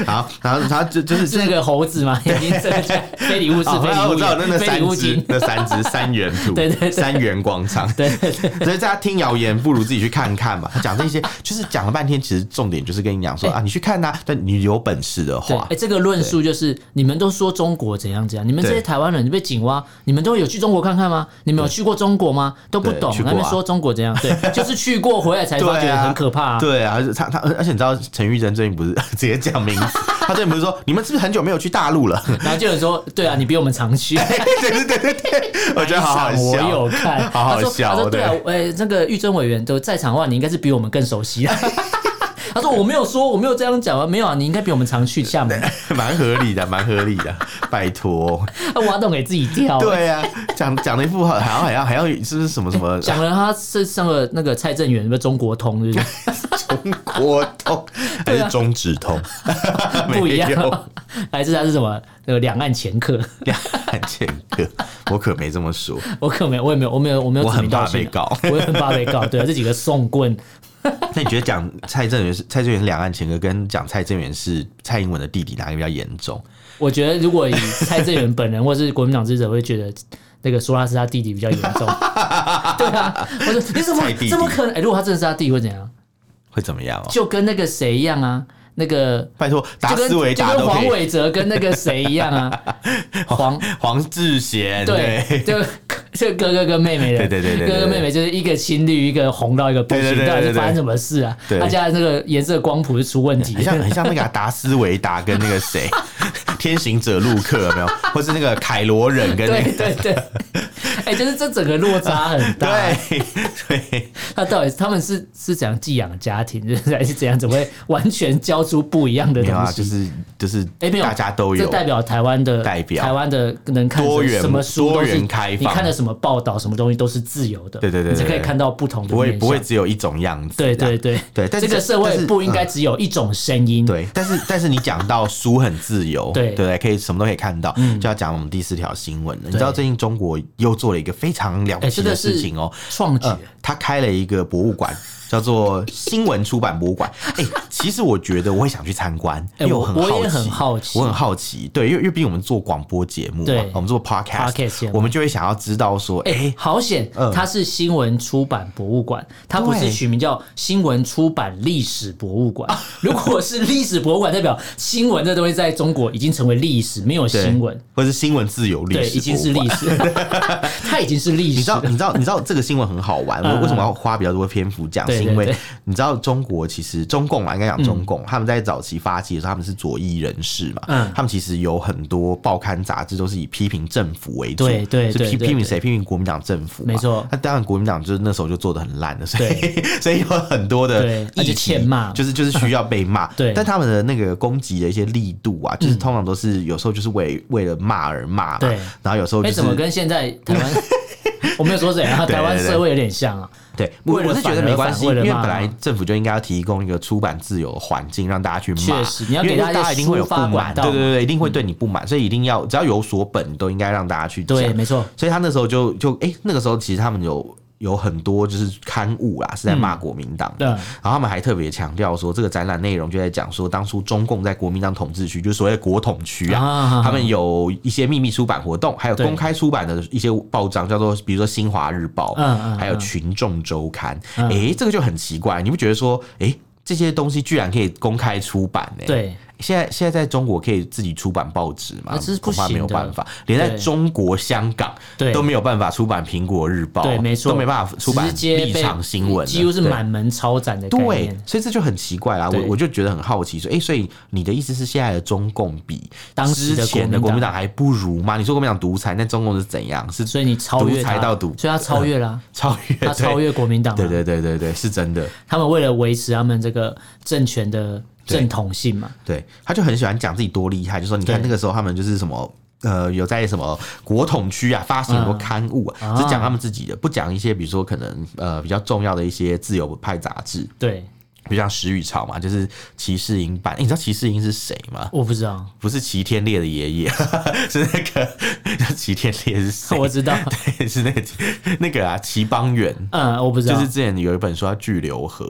[SPEAKER 1] 然后然后他就 就是
[SPEAKER 2] 是那个猴 子吗？已经这个非礼勿视，
[SPEAKER 1] 哦，
[SPEAKER 2] 非礼
[SPEAKER 1] 我
[SPEAKER 2] 勿
[SPEAKER 1] 知道，那
[SPEAKER 2] 言，
[SPEAKER 1] 那
[SPEAKER 2] 非礼
[SPEAKER 1] 三
[SPEAKER 2] 勿
[SPEAKER 1] 只
[SPEAKER 2] 听，。
[SPEAKER 1] 那三只三元图，
[SPEAKER 2] 对对对
[SPEAKER 1] 三元广场。
[SPEAKER 2] 对对对。
[SPEAKER 1] 所以大家听谣言不如自己去看看吧。他讲这些，就是讲了半天，其实重点就是跟你讲说、啊，你去看呐、但你有本事的
[SPEAKER 2] 对，
[SPEAKER 1] 话
[SPEAKER 2] 哎、，这个论述就是你们都说中国怎样怎样，你们这些
[SPEAKER 1] 对
[SPEAKER 2] 台台湾人，你被警蛙，你们都有去中国看看吗？你们有去过中国吗？都不懂
[SPEAKER 1] 对去，过
[SPEAKER 2] 那
[SPEAKER 1] 啊
[SPEAKER 2] 边说中国怎 样？对，就是去过回来才发觉很可怕啊。
[SPEAKER 1] 对啊，而且他他而且你知道陈玉珍最近不是 直接讲名字，他最近不是说你们是不是很久没有去大陆了？
[SPEAKER 2] 然后就有人说，对啊，你比我们常去。
[SPEAKER 1] 对对对对对， 我觉得好好
[SPEAKER 2] 场 我
[SPEAKER 1] 笑
[SPEAKER 2] 有。看，
[SPEAKER 1] 好好
[SPEAKER 2] 他说
[SPEAKER 1] 笑
[SPEAKER 2] 他说对啊
[SPEAKER 1] 对，
[SPEAKER 2] 呃、那个玉珍委员都在场的话，你应该是比我们更熟悉啊。 他说我没有说，我没有这样讲啊，没有啊，你应该比我们常去 厦门，
[SPEAKER 1] 蛮合理的，蛮合理的，拜托。
[SPEAKER 2] 他挖洞给自己跳。
[SPEAKER 1] 对啊，讲讲了一副好像还要还要是不是什么什 么
[SPEAKER 2] 讲了他是上了那个蔡正元，什么中国通，是不是
[SPEAKER 1] 中国痛还
[SPEAKER 2] 对
[SPEAKER 1] 是
[SPEAKER 2] 啊
[SPEAKER 1] 中指痛？
[SPEAKER 2] 不一
[SPEAKER 1] 没有
[SPEAKER 2] 样， 还是他是什么那个两岸前客？
[SPEAKER 1] 两岸间隔，我可没这么说。
[SPEAKER 2] 我可没，我也没有，我没有，我没有
[SPEAKER 1] 我
[SPEAKER 2] 指
[SPEAKER 1] 很
[SPEAKER 2] 名道
[SPEAKER 1] 怕
[SPEAKER 2] 姓
[SPEAKER 1] 被
[SPEAKER 2] 啊，
[SPEAKER 1] 告。
[SPEAKER 2] 我也很怕被告。对啊，这几个送棍，
[SPEAKER 1] 那你觉得讲蔡正元是蔡正元是两岸前科，跟讲蔡正元是蔡英文的弟弟，哪个比较严重？
[SPEAKER 2] 我觉得如果以蔡正元本人或是国民党支持者，会觉得那个说他是他弟弟比较严 重。对啊，我说你怎么
[SPEAKER 1] 蔡弟弟哦
[SPEAKER 2] 怎么可能？哎、如果他真的是他弟，会怎样？
[SPEAKER 1] 会怎么样哦？
[SPEAKER 2] 就跟那个谁一样啊，那个
[SPEAKER 1] 拜托，打
[SPEAKER 2] 就跟
[SPEAKER 1] 思维
[SPEAKER 2] 就
[SPEAKER 1] 打
[SPEAKER 2] 跟
[SPEAKER 1] 都可
[SPEAKER 2] 黄
[SPEAKER 1] 以。
[SPEAKER 2] 伟哲跟那个谁一样 啊，黄
[SPEAKER 1] 黄志贤，
[SPEAKER 2] 对，就 就哥哥跟妹妹的，
[SPEAKER 1] 对对对对对
[SPEAKER 2] 哥哥妹妹就是一个青绿，一个红到一个不
[SPEAKER 1] 对对对
[SPEAKER 2] 行，
[SPEAKER 1] 对
[SPEAKER 2] 到底是
[SPEAKER 1] 对对
[SPEAKER 2] 发生什么事啊？
[SPEAKER 1] 对
[SPEAKER 2] 他家的那个颜色光谱是出问题
[SPEAKER 1] 很，像很像那个啊达斯维达跟那个谁，天行者路克有没有？或是那个凯罗人跟那
[SPEAKER 2] 对
[SPEAKER 1] 个
[SPEAKER 2] 对对， 哎、就是这整个落差很大、
[SPEAKER 1] 对对，
[SPEAKER 2] 他到底他们是是怎样寄养家庭，就是还是怎样，怎么会完全教出不一样的
[SPEAKER 1] 没
[SPEAKER 2] 东
[SPEAKER 1] 有啊，
[SPEAKER 2] 西？
[SPEAKER 1] 就是就是，
[SPEAKER 2] 哎没有
[SPEAKER 1] 大家都
[SPEAKER 2] 这
[SPEAKER 1] 有，
[SPEAKER 2] 代表台湾的
[SPEAKER 1] 代表
[SPEAKER 2] 台湾的能看
[SPEAKER 1] 多元
[SPEAKER 2] 什么书都
[SPEAKER 1] 多
[SPEAKER 2] 是
[SPEAKER 1] 元开放
[SPEAKER 2] 你看的什么报道什么东西都是自由的，
[SPEAKER 1] 对对对对
[SPEAKER 2] 你才可以
[SPEAKER 1] 对
[SPEAKER 2] 看到不同的
[SPEAKER 1] 不会
[SPEAKER 2] 面
[SPEAKER 1] 不会
[SPEAKER 2] 向。
[SPEAKER 1] 只有一种样子。
[SPEAKER 2] 对对对
[SPEAKER 1] 对但是
[SPEAKER 2] 这个社
[SPEAKER 1] 但
[SPEAKER 2] 会
[SPEAKER 1] 是嗯
[SPEAKER 2] 不应该只有一种声音。
[SPEAKER 1] 对，但是 但是你讲到书很自由，
[SPEAKER 2] 对嗯
[SPEAKER 1] 对不对，可以什么都可以看到，就要讲我们第四条新闻了。你知道最近中国又做了一个非常了不
[SPEAKER 2] 哎
[SPEAKER 1] 起
[SPEAKER 2] 真的
[SPEAKER 1] 的
[SPEAKER 2] 是
[SPEAKER 1] 事情哦，
[SPEAKER 2] 创举
[SPEAKER 1] 呃，他开了一个博物 馆，叫做新闻出版博物馆。哎、其实我觉得我也想去参观，
[SPEAKER 2] 哎
[SPEAKER 1] 因为我
[SPEAKER 2] 我
[SPEAKER 1] 很
[SPEAKER 2] 我
[SPEAKER 1] 好奇，
[SPEAKER 2] 也很好奇哎
[SPEAKER 1] 我很好奇，对，因为因为毕竟我们做广播节目嘛，
[SPEAKER 2] 对
[SPEAKER 1] 我们做 podcast，,
[SPEAKER 2] podcast 节目
[SPEAKER 1] 我们就会想要知道说，哎、
[SPEAKER 2] 哎、好险！
[SPEAKER 1] 嗯
[SPEAKER 2] 它是新闻出版博物馆，它不是
[SPEAKER 1] 对啊
[SPEAKER 2] 取名叫新闻出版历史博物馆。如果是历史博物馆，代表新闻这东西在中国已经成为历史，没有
[SPEAKER 1] 对
[SPEAKER 2] 新闻，
[SPEAKER 1] 或是新闻自由历史，
[SPEAKER 2] 对，已经是历。史， 它已经是历
[SPEAKER 1] 你知
[SPEAKER 2] 史
[SPEAKER 1] 道，
[SPEAKER 2] 了。
[SPEAKER 1] 你知道，你知道这个新闻很好玩。
[SPEAKER 2] 嗯
[SPEAKER 1] 我为什么要花比较多篇幅讲？
[SPEAKER 2] 对
[SPEAKER 1] 是
[SPEAKER 2] 对
[SPEAKER 1] 因为
[SPEAKER 2] 对嗯
[SPEAKER 1] 你知道中国其实中共嘛，啊应该讲中共，他们在早期发起的时候，他们是左翼人士嘛，
[SPEAKER 2] 嗯
[SPEAKER 1] 他们其实有很多报刊杂志都是以批评政府为主，
[SPEAKER 2] 对对
[SPEAKER 1] 是
[SPEAKER 2] 对
[SPEAKER 1] 批
[SPEAKER 2] 对
[SPEAKER 1] 批评
[SPEAKER 2] 对
[SPEAKER 1] 谁？批评国民党政府嘛，
[SPEAKER 2] 没错
[SPEAKER 1] 那当然国民党就是那时候就做的很烂的，所以 所以有很多的
[SPEAKER 2] 对而且
[SPEAKER 1] 议题
[SPEAKER 2] 欠骂
[SPEAKER 1] 就是就是需要被骂。
[SPEAKER 2] 对嗯
[SPEAKER 1] 但他们的那个攻击的一些力度啊，就是通常都是有时候就是为为了骂而骂嘛，
[SPEAKER 2] 对
[SPEAKER 1] 然后有时候
[SPEAKER 2] 哎、
[SPEAKER 1] 就是
[SPEAKER 2] 怎么跟现在台湾？ 我没有说谁啊，
[SPEAKER 1] 对对
[SPEAKER 2] 台湾
[SPEAKER 1] 对
[SPEAKER 2] 社会有点像啊。
[SPEAKER 1] 对，我
[SPEAKER 2] 为了
[SPEAKER 1] 我是觉
[SPEAKER 2] 反
[SPEAKER 1] 得
[SPEAKER 2] 而
[SPEAKER 1] 没关系，
[SPEAKER 2] 反
[SPEAKER 1] 因
[SPEAKER 2] 为了
[SPEAKER 1] 为
[SPEAKER 2] 骂
[SPEAKER 1] 本来政府就应该要提供一个出版自由的环境，让大家去骂。
[SPEAKER 2] 确实你要
[SPEAKER 1] 因为
[SPEAKER 2] 给大家
[SPEAKER 1] 大家一定会有
[SPEAKER 2] 抒
[SPEAKER 1] 不
[SPEAKER 2] 发
[SPEAKER 1] 满，
[SPEAKER 2] 管道
[SPEAKER 1] 对对对，一定会对你不满，所以一定要只要有所本，都应该让大家去讲
[SPEAKER 2] 对，。没错，
[SPEAKER 1] 所以他那时候就就哎、那个时候其实他们有有很多就是刊物啦，是在骂国民党的。
[SPEAKER 2] 嗯
[SPEAKER 1] 然后他们还特别强调说，这个展览内容就在讲说，当初中共在国民党统治区，就是所谓的国统区啊，
[SPEAKER 2] 啊
[SPEAKER 1] 他们有一些秘密出版活动，还有
[SPEAKER 2] 对
[SPEAKER 1] 公开出版的一些报章，叫做比如说《新华日报》，
[SPEAKER 2] 嗯嗯
[SPEAKER 1] 还有《
[SPEAKER 2] 嗯
[SPEAKER 1] 群众周刊》
[SPEAKER 2] 嗯
[SPEAKER 1] 诶，这个就很奇怪，你不觉得说，诶，这些东西居然可以公开出版呢、
[SPEAKER 2] 对，
[SPEAKER 1] 现在现在在中国可以自己出版报纸吗？
[SPEAKER 2] 啊这是不
[SPEAKER 1] 恐怕没有
[SPEAKER 2] 行的
[SPEAKER 1] 办法，连在
[SPEAKER 2] 对
[SPEAKER 1] 中国香港
[SPEAKER 2] 对
[SPEAKER 1] 都没有办法出版《苹果日报》，
[SPEAKER 2] 对，没错，
[SPEAKER 1] 都没办法出版
[SPEAKER 2] 直接
[SPEAKER 1] 立
[SPEAKER 2] 被
[SPEAKER 1] 场新闻了，
[SPEAKER 2] 几乎是
[SPEAKER 1] 对
[SPEAKER 2] 满门抄斩的概
[SPEAKER 1] 对
[SPEAKER 2] 念。，
[SPEAKER 1] 所以这就很奇怪啦。我
[SPEAKER 2] 对
[SPEAKER 1] 我就觉得很好奇，说，哎、所以你的意思是现在的中共比
[SPEAKER 2] 当时
[SPEAKER 1] 之
[SPEAKER 2] 的
[SPEAKER 1] 前的国
[SPEAKER 2] 国
[SPEAKER 1] 民
[SPEAKER 2] 民党
[SPEAKER 1] 党还不如吗？你说国民党独裁，那中共是怎样？是
[SPEAKER 2] 所以你超越
[SPEAKER 1] 独裁
[SPEAKER 2] 他
[SPEAKER 1] 到独
[SPEAKER 2] 所以他超越了啊、
[SPEAKER 1] 超越
[SPEAKER 2] 他超。越国民党、啊，
[SPEAKER 1] 对对对对对对，是真的。
[SPEAKER 2] 他们为了维持他们这个政权的
[SPEAKER 1] 对
[SPEAKER 2] 正统性嘛，
[SPEAKER 1] 对，他就很喜欢讲自己多厉害，就说你看
[SPEAKER 2] 对
[SPEAKER 1] 那个时候他们就是什么。呃，有在什么国统区啊，发行很多刊物啊，
[SPEAKER 2] 啊
[SPEAKER 1] 只讲他们自己的，不讲一些比如说可能呃比较重要的一些自由派杂志，
[SPEAKER 2] 对，
[SPEAKER 1] 比如像《时雨潮》嘛，就是齐世英版。诶你知道齐世英是谁吗？
[SPEAKER 2] 我不知道，
[SPEAKER 1] 不是齐天烈的爷爷， 是那个 齐天烈是谁？
[SPEAKER 2] 我知道，
[SPEAKER 1] 对， 是那个那个啊，齐邦媛，
[SPEAKER 2] 嗯，我不知
[SPEAKER 1] 就
[SPEAKER 2] 道，
[SPEAKER 1] 是之前有一本书叫《巨流河》，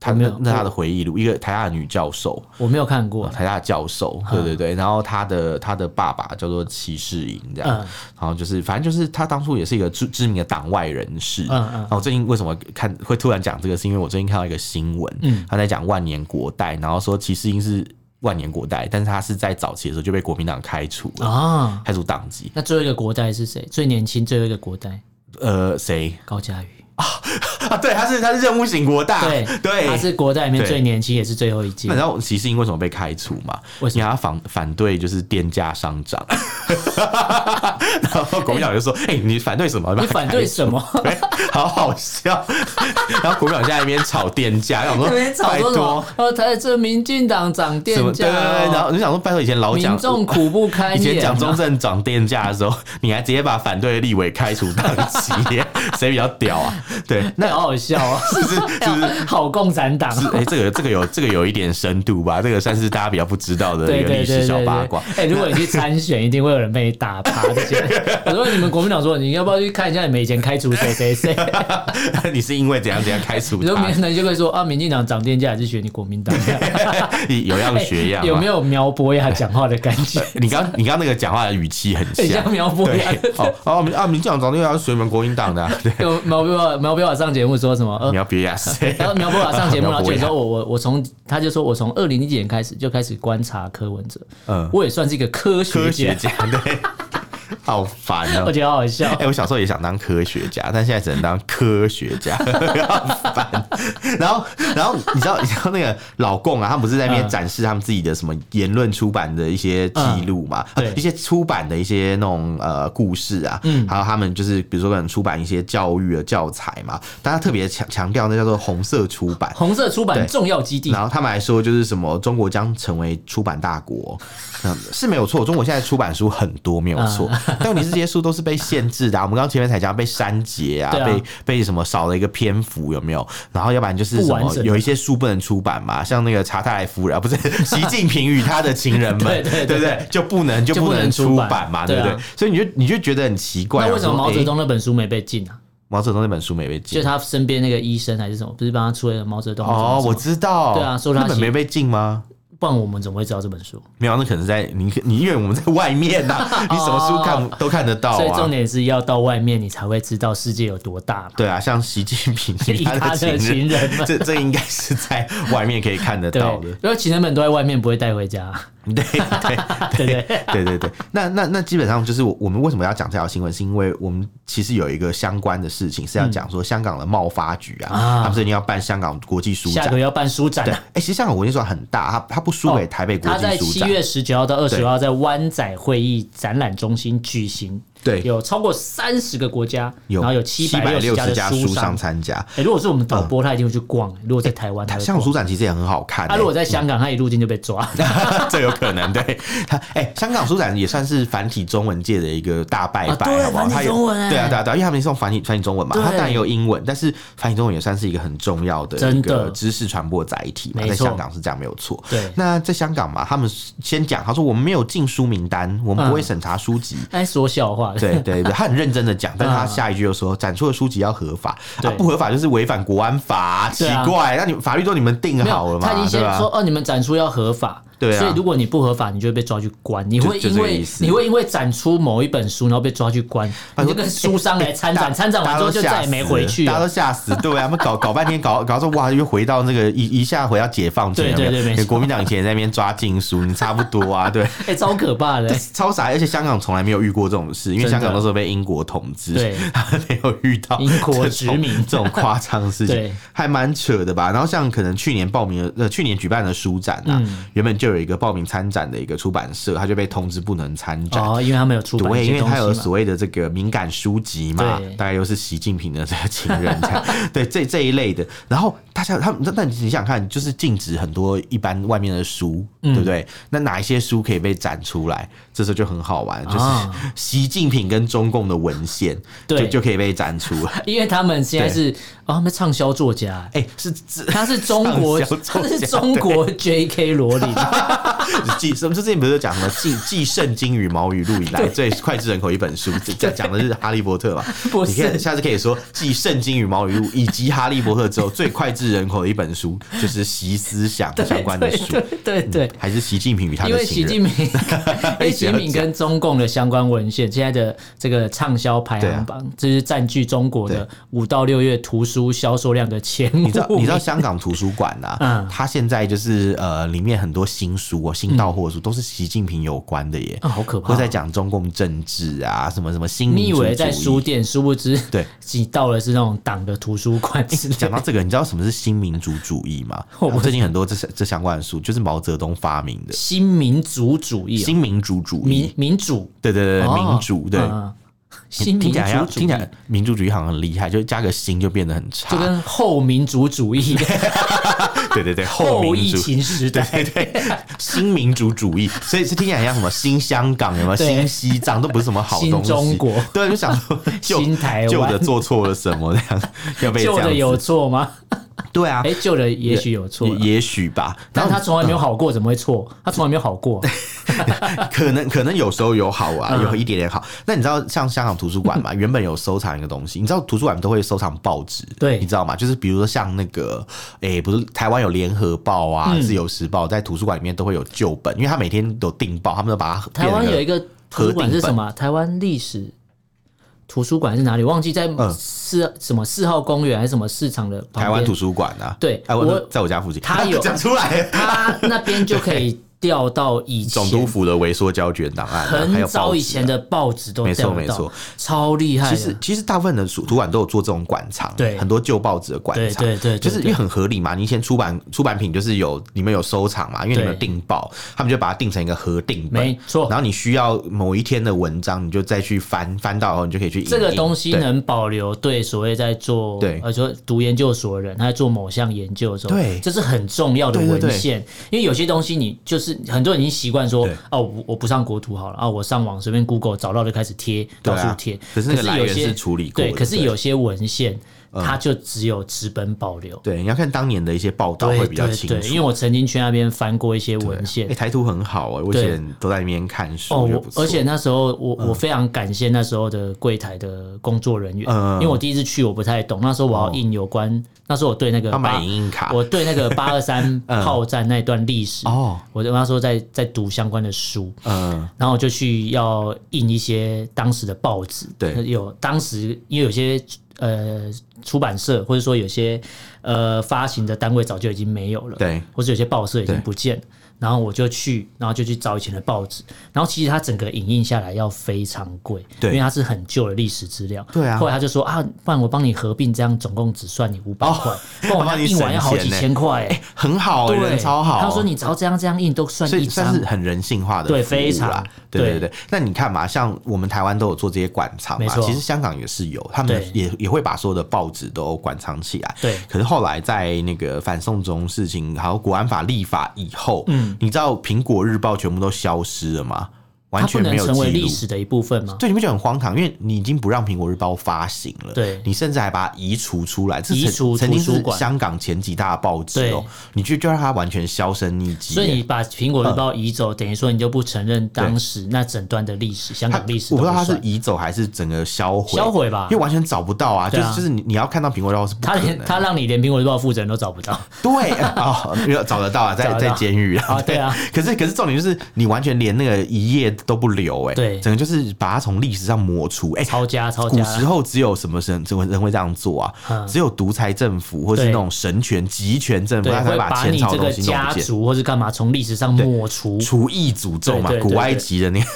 [SPEAKER 1] 他
[SPEAKER 2] 我没有
[SPEAKER 1] 那那他
[SPEAKER 2] 我嗯
[SPEAKER 1] 的回忆录，一个台大的女教授，
[SPEAKER 2] 我没有看过，
[SPEAKER 1] 台大的教授，对对对，然后他的他的爸爸叫做齐世英，这样，
[SPEAKER 2] 嗯
[SPEAKER 1] 然后就是反正就是他当初也是一个知知名的党外人士，
[SPEAKER 2] 嗯嗯
[SPEAKER 1] 然后我最近为什么看嗯会突然讲这个，是因为我最近看到一个新闻，他在讲万年国代，然后说齐世英是。万年国代，但是他是在早期的时候就被国民党开除了，
[SPEAKER 2] 啊。
[SPEAKER 1] 开除党籍。
[SPEAKER 2] 那最后一个国代是谁？最年轻最后一个国代
[SPEAKER 1] 呃，谁
[SPEAKER 2] 高嘉瑜，
[SPEAKER 1] 啊？对，他是他是任务型国大，
[SPEAKER 2] 对
[SPEAKER 1] 啊对，
[SPEAKER 2] 他是国代里面
[SPEAKER 1] 对
[SPEAKER 2] 最年轻，也是最后一届
[SPEAKER 1] 那你。知道习世英为什么被开除吗？
[SPEAKER 2] 为什么
[SPEAKER 1] 因为他反反对就是电价上涨， 然后国民党就说：“哎、你反对什么？
[SPEAKER 2] 你反对什么？
[SPEAKER 1] 对，哎好好笑。” 然后国民党现在在那边炒电 价，然后
[SPEAKER 2] 那
[SPEAKER 1] 说
[SPEAKER 2] 边吵
[SPEAKER 1] 拜
[SPEAKER 2] 说什
[SPEAKER 1] 托
[SPEAKER 2] 么？呃，他这民进党涨
[SPEAKER 1] 什么
[SPEAKER 2] 电
[SPEAKER 1] 对
[SPEAKER 2] 价
[SPEAKER 1] 对对，然
[SPEAKER 2] 哦，
[SPEAKER 1] 后你想说拜托以前老
[SPEAKER 2] 民
[SPEAKER 1] 蒋。
[SPEAKER 2] 众苦不堪
[SPEAKER 1] 以前
[SPEAKER 2] 言
[SPEAKER 1] 蒋 中
[SPEAKER 2] 啊。
[SPEAKER 1] 正涨电价的时候， 你还直接把反对立委开除党籍， 谁比较屌啊？对，
[SPEAKER 2] 那好好笑啊！
[SPEAKER 1] 是是是 不是
[SPEAKER 2] 好共产党，
[SPEAKER 1] 是哎、这个这个有这个有一点深度吧，这个算是大家比较不知道的一
[SPEAKER 2] 对
[SPEAKER 1] 个历
[SPEAKER 2] 对对
[SPEAKER 1] 史
[SPEAKER 2] 对
[SPEAKER 1] 小
[SPEAKER 2] 对。
[SPEAKER 1] 八卦。
[SPEAKER 2] 哎，如果你去参选，一定会有人被你打趴这些。 我说你们国民党说，你要不要去看一下你们以前开除谁 谁谁？
[SPEAKER 1] 你是因为怎样怎样开除
[SPEAKER 2] 你说
[SPEAKER 1] 他
[SPEAKER 2] 民？人就会说啊，民进党涨电价还是选你国 民党，
[SPEAKER 1] 有样学样、啊
[SPEAKER 2] 哎 有没
[SPEAKER 1] 有？
[SPEAKER 2] 有苗博雅讲话的感觉？
[SPEAKER 1] 你刚你刚那个讲话的语气很
[SPEAKER 2] 很像
[SPEAKER 1] 像。
[SPEAKER 2] 苗博
[SPEAKER 1] 对
[SPEAKER 2] 雅。，
[SPEAKER 1] 哦哦，民啊，民进党早就要水门国民党的啊、对，
[SPEAKER 2] 有苗博雅，苗博雅上节目说 什么？呃
[SPEAKER 1] 你，要别压谁？
[SPEAKER 2] 然后苗博雅上节 目，
[SPEAKER 1] 苗
[SPEAKER 2] 然后
[SPEAKER 1] 博
[SPEAKER 2] 就
[SPEAKER 1] 雅
[SPEAKER 2] 说我我我从他就说我从二零一几年开始就开始观察柯文哲，
[SPEAKER 1] 嗯，
[SPEAKER 2] 我也算是一个科学
[SPEAKER 1] 科
[SPEAKER 2] 家
[SPEAKER 1] 学，家对，好烦哦、
[SPEAKER 2] 我觉得好好笑
[SPEAKER 1] 哎、。我小时候也想当科学家，但现在只能当科学家， 好烦。然后，然后你知道，你知道那个老共啊，他们不是在那边
[SPEAKER 2] 嗯
[SPEAKER 1] 展示他们自己的什么言论出版的一些记录嘛、啊
[SPEAKER 2] 嗯对
[SPEAKER 1] 一些出版的一些那种呃故事啊，
[SPEAKER 2] 嗯
[SPEAKER 1] 还有他们就是比如说可能出版一些教育的教材嘛，但他特别强强调那叫做红色出版。
[SPEAKER 2] 红色出版
[SPEAKER 1] 对
[SPEAKER 2] 重要基地
[SPEAKER 1] 然，后他们还说，就是什么中国将成为出版大国，嗯，是没有错。中国现在出版书很多，没有错。
[SPEAKER 2] 嗯
[SPEAKER 1] 但问题是，这些书都是被限制的、啊。我们刚刚前面才讲被删节啊，
[SPEAKER 2] 对啊
[SPEAKER 1] 被被什么少了一个篇幅，有没有？然后要不然就是
[SPEAKER 2] 不
[SPEAKER 1] 什
[SPEAKER 2] 完
[SPEAKER 1] 么
[SPEAKER 2] 整的
[SPEAKER 1] 有一些书不能出版嘛，像那个查泰莱夫人啊，不 是习近平与他的情人们，
[SPEAKER 2] 对对对
[SPEAKER 1] 不对？就不能就
[SPEAKER 2] 就不
[SPEAKER 1] 不能
[SPEAKER 2] 能
[SPEAKER 1] 出
[SPEAKER 2] 出版
[SPEAKER 1] 版嘛，
[SPEAKER 2] 对
[SPEAKER 1] 对
[SPEAKER 2] 啊
[SPEAKER 1] 不对？所以你就你就觉得很奇怪，啊
[SPEAKER 2] 那为什么
[SPEAKER 1] 想说
[SPEAKER 2] 毛泽
[SPEAKER 1] 诶
[SPEAKER 2] 东那本书没被禁啊？
[SPEAKER 1] 毛泽东那本书没被
[SPEAKER 2] 就
[SPEAKER 1] 禁？
[SPEAKER 2] 他身边那个医生还是什么，不是帮他出了毛泽东什么
[SPEAKER 1] 哦，
[SPEAKER 2] 什么
[SPEAKER 1] 我知道，
[SPEAKER 2] 对啊说他
[SPEAKER 1] 那本
[SPEAKER 2] 写
[SPEAKER 1] 没被禁吗？
[SPEAKER 2] 不然我们怎么会知道这本书？
[SPEAKER 1] 没有，那可能在你你因为我们在外面呐、 你什么书看都看得到
[SPEAKER 2] 哦所以重
[SPEAKER 1] 啊。
[SPEAKER 2] 点是要到外面，你才会知道世界有多大嘛。
[SPEAKER 1] 对啊，像习近 平
[SPEAKER 2] 以
[SPEAKER 1] 他
[SPEAKER 2] 他
[SPEAKER 1] 的
[SPEAKER 2] 的
[SPEAKER 1] 情人，
[SPEAKER 2] 情人们
[SPEAKER 1] 这这应该是在外面可以看得
[SPEAKER 2] 对
[SPEAKER 1] 到的。，
[SPEAKER 2] 因为情人们都在外面，不会带回家，啊
[SPEAKER 1] 对对
[SPEAKER 2] 对不对？
[SPEAKER 1] 对对对，那那那基本上就是我我们为什么要讲这条新闻，是因为我们其实有一个相关的事情是要讲说香港的贸发局啊，
[SPEAKER 2] 嗯啊
[SPEAKER 1] 他们最近要办香港国际书
[SPEAKER 2] 下
[SPEAKER 1] 展
[SPEAKER 2] 个。月要办书展
[SPEAKER 1] 对，
[SPEAKER 2] 啊
[SPEAKER 1] 哎、其实香港国际书展很大，它它不输给台北国
[SPEAKER 2] 他
[SPEAKER 1] 际
[SPEAKER 2] 在
[SPEAKER 1] 书
[SPEAKER 2] 七
[SPEAKER 1] 展。
[SPEAKER 2] 月十九号到二十号在湾仔会议展览中心举行，
[SPEAKER 1] 对
[SPEAKER 2] 有超过三十个国家，
[SPEAKER 1] 有
[SPEAKER 2] 然后有七
[SPEAKER 1] 七
[SPEAKER 2] 百
[SPEAKER 1] 百
[SPEAKER 2] 十
[SPEAKER 1] 六十
[SPEAKER 2] 的
[SPEAKER 1] 家
[SPEAKER 2] 书
[SPEAKER 1] 书商
[SPEAKER 2] 商。
[SPEAKER 1] 参加，
[SPEAKER 2] 哎，如果是我们导播，他一定会去逛。哎如果在台湾，他会
[SPEAKER 1] 香港
[SPEAKER 2] 逛
[SPEAKER 1] 书展其实也很好看、
[SPEAKER 2] 他
[SPEAKER 1] 欸
[SPEAKER 2] 啊如果在香港，他一入境就被抓。
[SPEAKER 1] 这有可能，对他，哎、香港书展也算是繁体中文界的一个大拜
[SPEAKER 2] 啊
[SPEAKER 1] 拜，
[SPEAKER 2] 对
[SPEAKER 1] 好不好？
[SPEAKER 2] 繁体
[SPEAKER 1] 它有
[SPEAKER 2] 中文哎
[SPEAKER 1] 对啊，对啊，对啊，因为他们是用繁体繁体中文嘛，
[SPEAKER 2] 对
[SPEAKER 1] 它当然也有英文，但是繁体中文也算是一个很重要的一
[SPEAKER 2] 真
[SPEAKER 1] 个
[SPEAKER 2] 的
[SPEAKER 1] 知识传播载体嘛，
[SPEAKER 2] 没
[SPEAKER 1] 在
[SPEAKER 2] 错
[SPEAKER 1] 香港是这样没有错。
[SPEAKER 2] 对
[SPEAKER 1] 那在香港嘛，他们先讲，他说我们没有禁书名单，我
[SPEAKER 2] 嗯
[SPEAKER 1] 们不会审查书籍。
[SPEAKER 2] 他在说笑话，
[SPEAKER 1] 对对对，他很认真的讲，但是他
[SPEAKER 2] 嗯
[SPEAKER 1] 下一句又说，展出的书籍要合法，啊
[SPEAKER 2] 对
[SPEAKER 1] 不合法就是违反国安法啊，奇
[SPEAKER 2] 对啊
[SPEAKER 1] 怪，那你法律都你们定
[SPEAKER 2] 没
[SPEAKER 1] 好了
[SPEAKER 2] 有，
[SPEAKER 1] 嘛，
[SPEAKER 2] 他已经
[SPEAKER 1] 对
[SPEAKER 2] 先
[SPEAKER 1] 吧？
[SPEAKER 2] 说哦，你们展出要合法，
[SPEAKER 1] 对啊
[SPEAKER 2] 所以如果你不合法，你就会被抓去关。你会
[SPEAKER 1] 就
[SPEAKER 2] 因
[SPEAKER 1] 就这个
[SPEAKER 2] 为
[SPEAKER 1] 意思
[SPEAKER 2] 你会因为展出某一本书，然后被抓去关，你就跟书商来参展，参展完之后就再也没回去
[SPEAKER 1] 哎大家
[SPEAKER 2] 了
[SPEAKER 1] 都。吓死，对啊，他们搞搞半天，搞搞说哇，又回到那个一一下回到解放前，
[SPEAKER 2] 对对对
[SPEAKER 1] 有没有
[SPEAKER 2] 没错
[SPEAKER 1] 国民党以前也在那边抓禁书，你差不多啊， 对。
[SPEAKER 2] 哎，超可怕的！
[SPEAKER 1] 超傻，而且香港从来没有遇过这种事，因为
[SPEAKER 2] 真的
[SPEAKER 1] 香港那时候被英国统治，
[SPEAKER 2] 对，
[SPEAKER 1] 他没有遇到
[SPEAKER 2] 英国殖民
[SPEAKER 1] 这种 这种夸张的事情
[SPEAKER 2] 对，
[SPEAKER 1] 还蛮扯的吧？然后像可能去年报名的，呃，去年举办的书展啊，
[SPEAKER 2] 嗯
[SPEAKER 1] 原本就有一个报名参展的一个出版社，他就被通知不能参展，
[SPEAKER 2] 哦，因为他们有出版一
[SPEAKER 1] 对，因
[SPEAKER 2] 些
[SPEAKER 1] 为
[SPEAKER 2] 东
[SPEAKER 1] 他有
[SPEAKER 2] 西
[SPEAKER 1] 所
[SPEAKER 2] 嘛。
[SPEAKER 1] 谓的这个敏感书籍嘛
[SPEAKER 2] 对，
[SPEAKER 1] 大概又是习近平的这个情人这 样，对这这一类的。然后大家他们，那那你想想看，就是禁止很多一般外面的书，
[SPEAKER 2] 嗯
[SPEAKER 1] 对不对？那哪一些书可以被展出来？这时候就很好玩，就是
[SPEAKER 2] 啊
[SPEAKER 1] 习近平跟中共的文献，
[SPEAKER 2] 对
[SPEAKER 1] 就就可以被展出。
[SPEAKER 2] 因为他们现在是哦，他们畅销作家，
[SPEAKER 1] 哎、是这。
[SPEAKER 2] 他是中国，
[SPEAKER 1] 畅销作
[SPEAKER 2] 他
[SPEAKER 1] 家
[SPEAKER 2] 是中国 J.K. 罗琳，
[SPEAKER 1] 记什么？这之前不是讲什么记记圣经与毛语录以来最脍炙人口一本书，这讲的是《哈利波特》嘛？
[SPEAKER 2] 不
[SPEAKER 1] 你可以
[SPEAKER 2] 是
[SPEAKER 1] 下次可以说继圣经与毛语录以及《哈利波特》之后最脍炙人口的一本书，就是习思想 相关的书， 嗯
[SPEAKER 2] 对对对，
[SPEAKER 1] 还是习近平与他
[SPEAKER 2] 因
[SPEAKER 1] 的
[SPEAKER 2] 为
[SPEAKER 1] 情
[SPEAKER 2] 习
[SPEAKER 1] 人。
[SPEAKER 2] 近平，因为习近平跟中共的相关文献，现在的这个畅销排行
[SPEAKER 1] 啊
[SPEAKER 2] 榜，这是占据中国的五到六月图书销售量的前五名。
[SPEAKER 1] 你知道，你知道香港图书馆呐、啊
[SPEAKER 2] 嗯，
[SPEAKER 1] 它现在就是呃，里面很多新书哦，新到货的书都是习近平有关的耶，
[SPEAKER 2] 啊嗯好可怕
[SPEAKER 1] 会在讲中共政治啊，什么什么新民
[SPEAKER 2] 你以
[SPEAKER 1] 主
[SPEAKER 2] 为在
[SPEAKER 1] 主义
[SPEAKER 2] 书店，殊不知
[SPEAKER 1] 对，
[SPEAKER 2] 你到了是那种党的图书馆之 类
[SPEAKER 1] 讲到
[SPEAKER 2] 的。
[SPEAKER 1] 这个，你知道什么是新民主主义吗？
[SPEAKER 2] 我不
[SPEAKER 1] 最近很多这这相关的书，就是毛泽东发明的
[SPEAKER 2] 新民主主义哦，
[SPEAKER 1] 新民主主
[SPEAKER 2] 民
[SPEAKER 1] 义。
[SPEAKER 2] 民主，
[SPEAKER 1] 对对对，
[SPEAKER 2] 哦
[SPEAKER 1] 民主对，
[SPEAKER 2] 嗯新
[SPEAKER 1] 听
[SPEAKER 2] 民
[SPEAKER 1] 起来
[SPEAKER 2] 主
[SPEAKER 1] 像
[SPEAKER 2] 主
[SPEAKER 1] 听起
[SPEAKER 2] 义
[SPEAKER 1] 来。啊民主主义好像很厉害，就是加个“新”就变得很
[SPEAKER 2] 就
[SPEAKER 1] 差。
[SPEAKER 2] 跟后民主 主义、
[SPEAKER 1] 对对对，后
[SPEAKER 2] 后
[SPEAKER 1] 民
[SPEAKER 2] 疫
[SPEAKER 1] 主
[SPEAKER 2] 情时代，
[SPEAKER 1] 对对，新民主主义，所以是听起来很像什么新香港，有没有
[SPEAKER 2] 对
[SPEAKER 1] 新西藏，都不是什么好东西。
[SPEAKER 2] 新中国
[SPEAKER 1] 对，就想说旧
[SPEAKER 2] 新台湾
[SPEAKER 1] 旧的做错了什么，这样要被
[SPEAKER 2] 旧
[SPEAKER 1] 这
[SPEAKER 2] 的
[SPEAKER 1] 样
[SPEAKER 2] 有
[SPEAKER 1] 子。
[SPEAKER 2] 错吗？
[SPEAKER 1] 对啊，
[SPEAKER 2] 哎，旧的也许有错啊
[SPEAKER 1] 也
[SPEAKER 2] 啦，
[SPEAKER 1] 也许吧。然
[SPEAKER 2] 但
[SPEAKER 1] 后
[SPEAKER 2] 他从来没有好过，怎么会错？他从来没有好过，
[SPEAKER 1] 可能可能有时候有好啊，
[SPEAKER 2] 嗯
[SPEAKER 1] 有一点点好。那你知道像香港图书馆 嘛，原本有收藏一个东西，你知道图书馆都会收藏报纸，
[SPEAKER 2] 对
[SPEAKER 1] 你知道吗？就是比如说像那个，诶、不是台湾有联合报啊、
[SPEAKER 2] 嗯
[SPEAKER 1] 自由时报，在图书馆里面都会有旧本，因为他每天都订报，他们都把它
[SPEAKER 2] 台湾有一
[SPEAKER 1] 个
[SPEAKER 2] 个图书馆是什么啊？台湾历史图书馆是哪里？忘记在
[SPEAKER 1] 嗯
[SPEAKER 2] 四什么四号公园还是什么市场的旁
[SPEAKER 1] 台湾
[SPEAKER 2] 边
[SPEAKER 1] 图书馆啊，
[SPEAKER 2] 对
[SPEAKER 1] 哎，我
[SPEAKER 2] 我
[SPEAKER 1] 在我家附近，
[SPEAKER 2] 他 有
[SPEAKER 1] 讲出 来，
[SPEAKER 2] 他那边就可以调到以前
[SPEAKER 1] 总督府的微缩胶卷档案、啊，还有报
[SPEAKER 2] 很早
[SPEAKER 1] 纸
[SPEAKER 2] 以前
[SPEAKER 1] 啊。
[SPEAKER 2] 的报纸都
[SPEAKER 1] 没错
[SPEAKER 2] 调得
[SPEAKER 1] 没
[SPEAKER 2] 到
[SPEAKER 1] 错，
[SPEAKER 2] 超厉害的。
[SPEAKER 1] 其实其实大部分的图图书馆都有做这种馆藏，
[SPEAKER 2] 对
[SPEAKER 1] 很多旧报纸的馆藏，
[SPEAKER 2] 对对对对
[SPEAKER 1] 就是因为很合理嘛。你以前出版出版品就是有你们有收藏嘛，因为你们有
[SPEAKER 2] 对
[SPEAKER 1] 订报，他们就把它定成一个合订本，
[SPEAKER 2] 没错
[SPEAKER 1] 然后你需要某一天的文章，你就再去翻翻到后，你就可以去影
[SPEAKER 2] 这个东西
[SPEAKER 1] 对
[SPEAKER 2] 能保留对所谓在做
[SPEAKER 1] 对
[SPEAKER 2] 呃说读研究所的人，他在做某项研究的时候，
[SPEAKER 1] 对
[SPEAKER 2] 这是很重要的
[SPEAKER 1] 对对对
[SPEAKER 2] 文献，因为有些东西你就是很多人已经习惯说
[SPEAKER 1] 对
[SPEAKER 2] 哦，我我不上国图好了啊，我上网随便 Google 找到就开始贴，
[SPEAKER 1] 对
[SPEAKER 2] 到
[SPEAKER 1] 啊
[SPEAKER 2] 处贴。
[SPEAKER 1] 可是那个来
[SPEAKER 2] 有
[SPEAKER 1] 源
[SPEAKER 2] 些
[SPEAKER 1] 是处理过的
[SPEAKER 2] 对，可是
[SPEAKER 1] 对嗯
[SPEAKER 2] 有些文献它就只有纸本保留。
[SPEAKER 1] 对，你要看当年的一些报道会
[SPEAKER 2] 对
[SPEAKER 1] 比较
[SPEAKER 2] 对
[SPEAKER 1] 清
[SPEAKER 2] 对，
[SPEAKER 1] 楚。
[SPEAKER 2] 因为我曾经去那边翻过一些文
[SPEAKER 1] 哎、
[SPEAKER 2] 献，
[SPEAKER 1] 台图很好哎、我以
[SPEAKER 2] 对
[SPEAKER 1] 前都在那边看书，
[SPEAKER 2] 哦，
[SPEAKER 1] 我觉得
[SPEAKER 2] 我
[SPEAKER 1] 不错嗯
[SPEAKER 2] 而且那时候我、我非常感谢那时候的柜台的工作人员，
[SPEAKER 1] 嗯哦
[SPEAKER 2] 因为我第一次去我不太懂，那时候我要印有关，那时候我对那个
[SPEAKER 1] 要买
[SPEAKER 2] 八
[SPEAKER 1] 影印卡
[SPEAKER 2] 我 对那个八二三
[SPEAKER 1] 嗯
[SPEAKER 2] 炮战那段历史，
[SPEAKER 1] 哦，
[SPEAKER 2] 我就那时候在在读相关的书，
[SPEAKER 1] 嗯，
[SPEAKER 2] 然后我就去要印一些当时的报纸，
[SPEAKER 1] 对
[SPEAKER 2] 有当时因为有些呃出版社或者说有些呃发行的单位早就已经没有了，
[SPEAKER 1] 对，
[SPEAKER 2] 或者有些报社已经
[SPEAKER 1] 对
[SPEAKER 2] 不见了，然后我就去，然后就去找以前的报纸，然后其实它整个影印下来要非常贵，
[SPEAKER 1] 对
[SPEAKER 2] 因为它是很旧的历史资料，
[SPEAKER 1] 对啊
[SPEAKER 2] 后来他就说啊，不然我帮你合并，这样总共只算你五百块，不然我
[SPEAKER 1] 哦帮
[SPEAKER 2] 那
[SPEAKER 1] 你
[SPEAKER 2] 印完要好
[SPEAKER 1] 省
[SPEAKER 2] 几
[SPEAKER 1] 钱呢
[SPEAKER 2] 千块、欸，
[SPEAKER 1] 很好、欸，人超好。
[SPEAKER 2] 他说你只要这样这样印都算
[SPEAKER 1] 所以
[SPEAKER 2] 一
[SPEAKER 1] 算
[SPEAKER 2] 张
[SPEAKER 1] 是，很人性化的服务
[SPEAKER 2] 对
[SPEAKER 1] 啦，
[SPEAKER 2] 非常
[SPEAKER 1] 对对对
[SPEAKER 2] 对。
[SPEAKER 1] 那你看嘛，像我们台湾都有做这些馆藏
[SPEAKER 2] 没
[SPEAKER 1] 嘛，
[SPEAKER 2] 错
[SPEAKER 1] 其实香港也是有，他们
[SPEAKER 2] 对
[SPEAKER 1] 也也会把所有的报纸都馆藏起来。
[SPEAKER 2] 对
[SPEAKER 1] 可是后来在那个反送中事情，还有国安法立法以后，嗯，你知道苹果日报全部都消失了吗？完
[SPEAKER 2] 它不
[SPEAKER 1] 全没
[SPEAKER 2] 能
[SPEAKER 1] 有
[SPEAKER 2] 成
[SPEAKER 1] 记
[SPEAKER 2] 为历
[SPEAKER 1] 录。
[SPEAKER 2] 史的一部分吗？
[SPEAKER 1] 对，你不觉得很荒唐？因为你已经不让苹果日报发行了，
[SPEAKER 2] 对
[SPEAKER 1] 你甚至还把它移除出来，这
[SPEAKER 2] 移
[SPEAKER 1] 曾
[SPEAKER 2] 除
[SPEAKER 1] 曾经
[SPEAKER 2] 图书
[SPEAKER 1] 是
[SPEAKER 2] 馆
[SPEAKER 1] 香港前几大报纸哦、
[SPEAKER 2] 对
[SPEAKER 1] 你就就让它完全销声匿迹耶。
[SPEAKER 2] 所以你把苹果日报移走，等于说你就不承认当时那整段的历史，香
[SPEAKER 1] 它
[SPEAKER 2] 港历史
[SPEAKER 1] 我
[SPEAKER 2] 都
[SPEAKER 1] 不知道它是
[SPEAKER 2] 算
[SPEAKER 1] 移走还是整个销毁，
[SPEAKER 2] 销毁吧
[SPEAKER 1] 因为完全找不到啊，就
[SPEAKER 2] 对啊
[SPEAKER 1] 是就是你你要看到苹果日报是不
[SPEAKER 2] 他
[SPEAKER 1] 可
[SPEAKER 2] 连
[SPEAKER 1] 能
[SPEAKER 2] 他让你连苹果日报负责人都找不到，
[SPEAKER 1] 对哦，没有找得到啊，在
[SPEAKER 2] 找得
[SPEAKER 1] 在
[SPEAKER 2] 到
[SPEAKER 1] 监狱
[SPEAKER 2] 啊对啊，
[SPEAKER 1] 可是可是重点就是你完全连那个一页都不留，哎，
[SPEAKER 2] 对
[SPEAKER 1] 整个就是把它从历史上抹除，哎。
[SPEAKER 2] 抄家抄
[SPEAKER 1] 古
[SPEAKER 2] 家，
[SPEAKER 1] 时候只有什么人人人会这样做啊？
[SPEAKER 2] 嗯
[SPEAKER 1] 只有独裁政府或是那
[SPEAKER 2] 对
[SPEAKER 1] 种神权集权政府，
[SPEAKER 2] 对，
[SPEAKER 1] 他才
[SPEAKER 2] 会
[SPEAKER 1] 把
[SPEAKER 2] 把
[SPEAKER 1] 前
[SPEAKER 2] 你
[SPEAKER 1] 朝
[SPEAKER 2] 这
[SPEAKER 1] 的东
[SPEAKER 2] 个
[SPEAKER 1] 西弄
[SPEAKER 2] 家
[SPEAKER 1] 不见。
[SPEAKER 2] 族或是干嘛从历史上抹除，
[SPEAKER 1] 除异诅咒嘛
[SPEAKER 2] 对，对对
[SPEAKER 1] 古埃
[SPEAKER 2] 对
[SPEAKER 1] 及的那个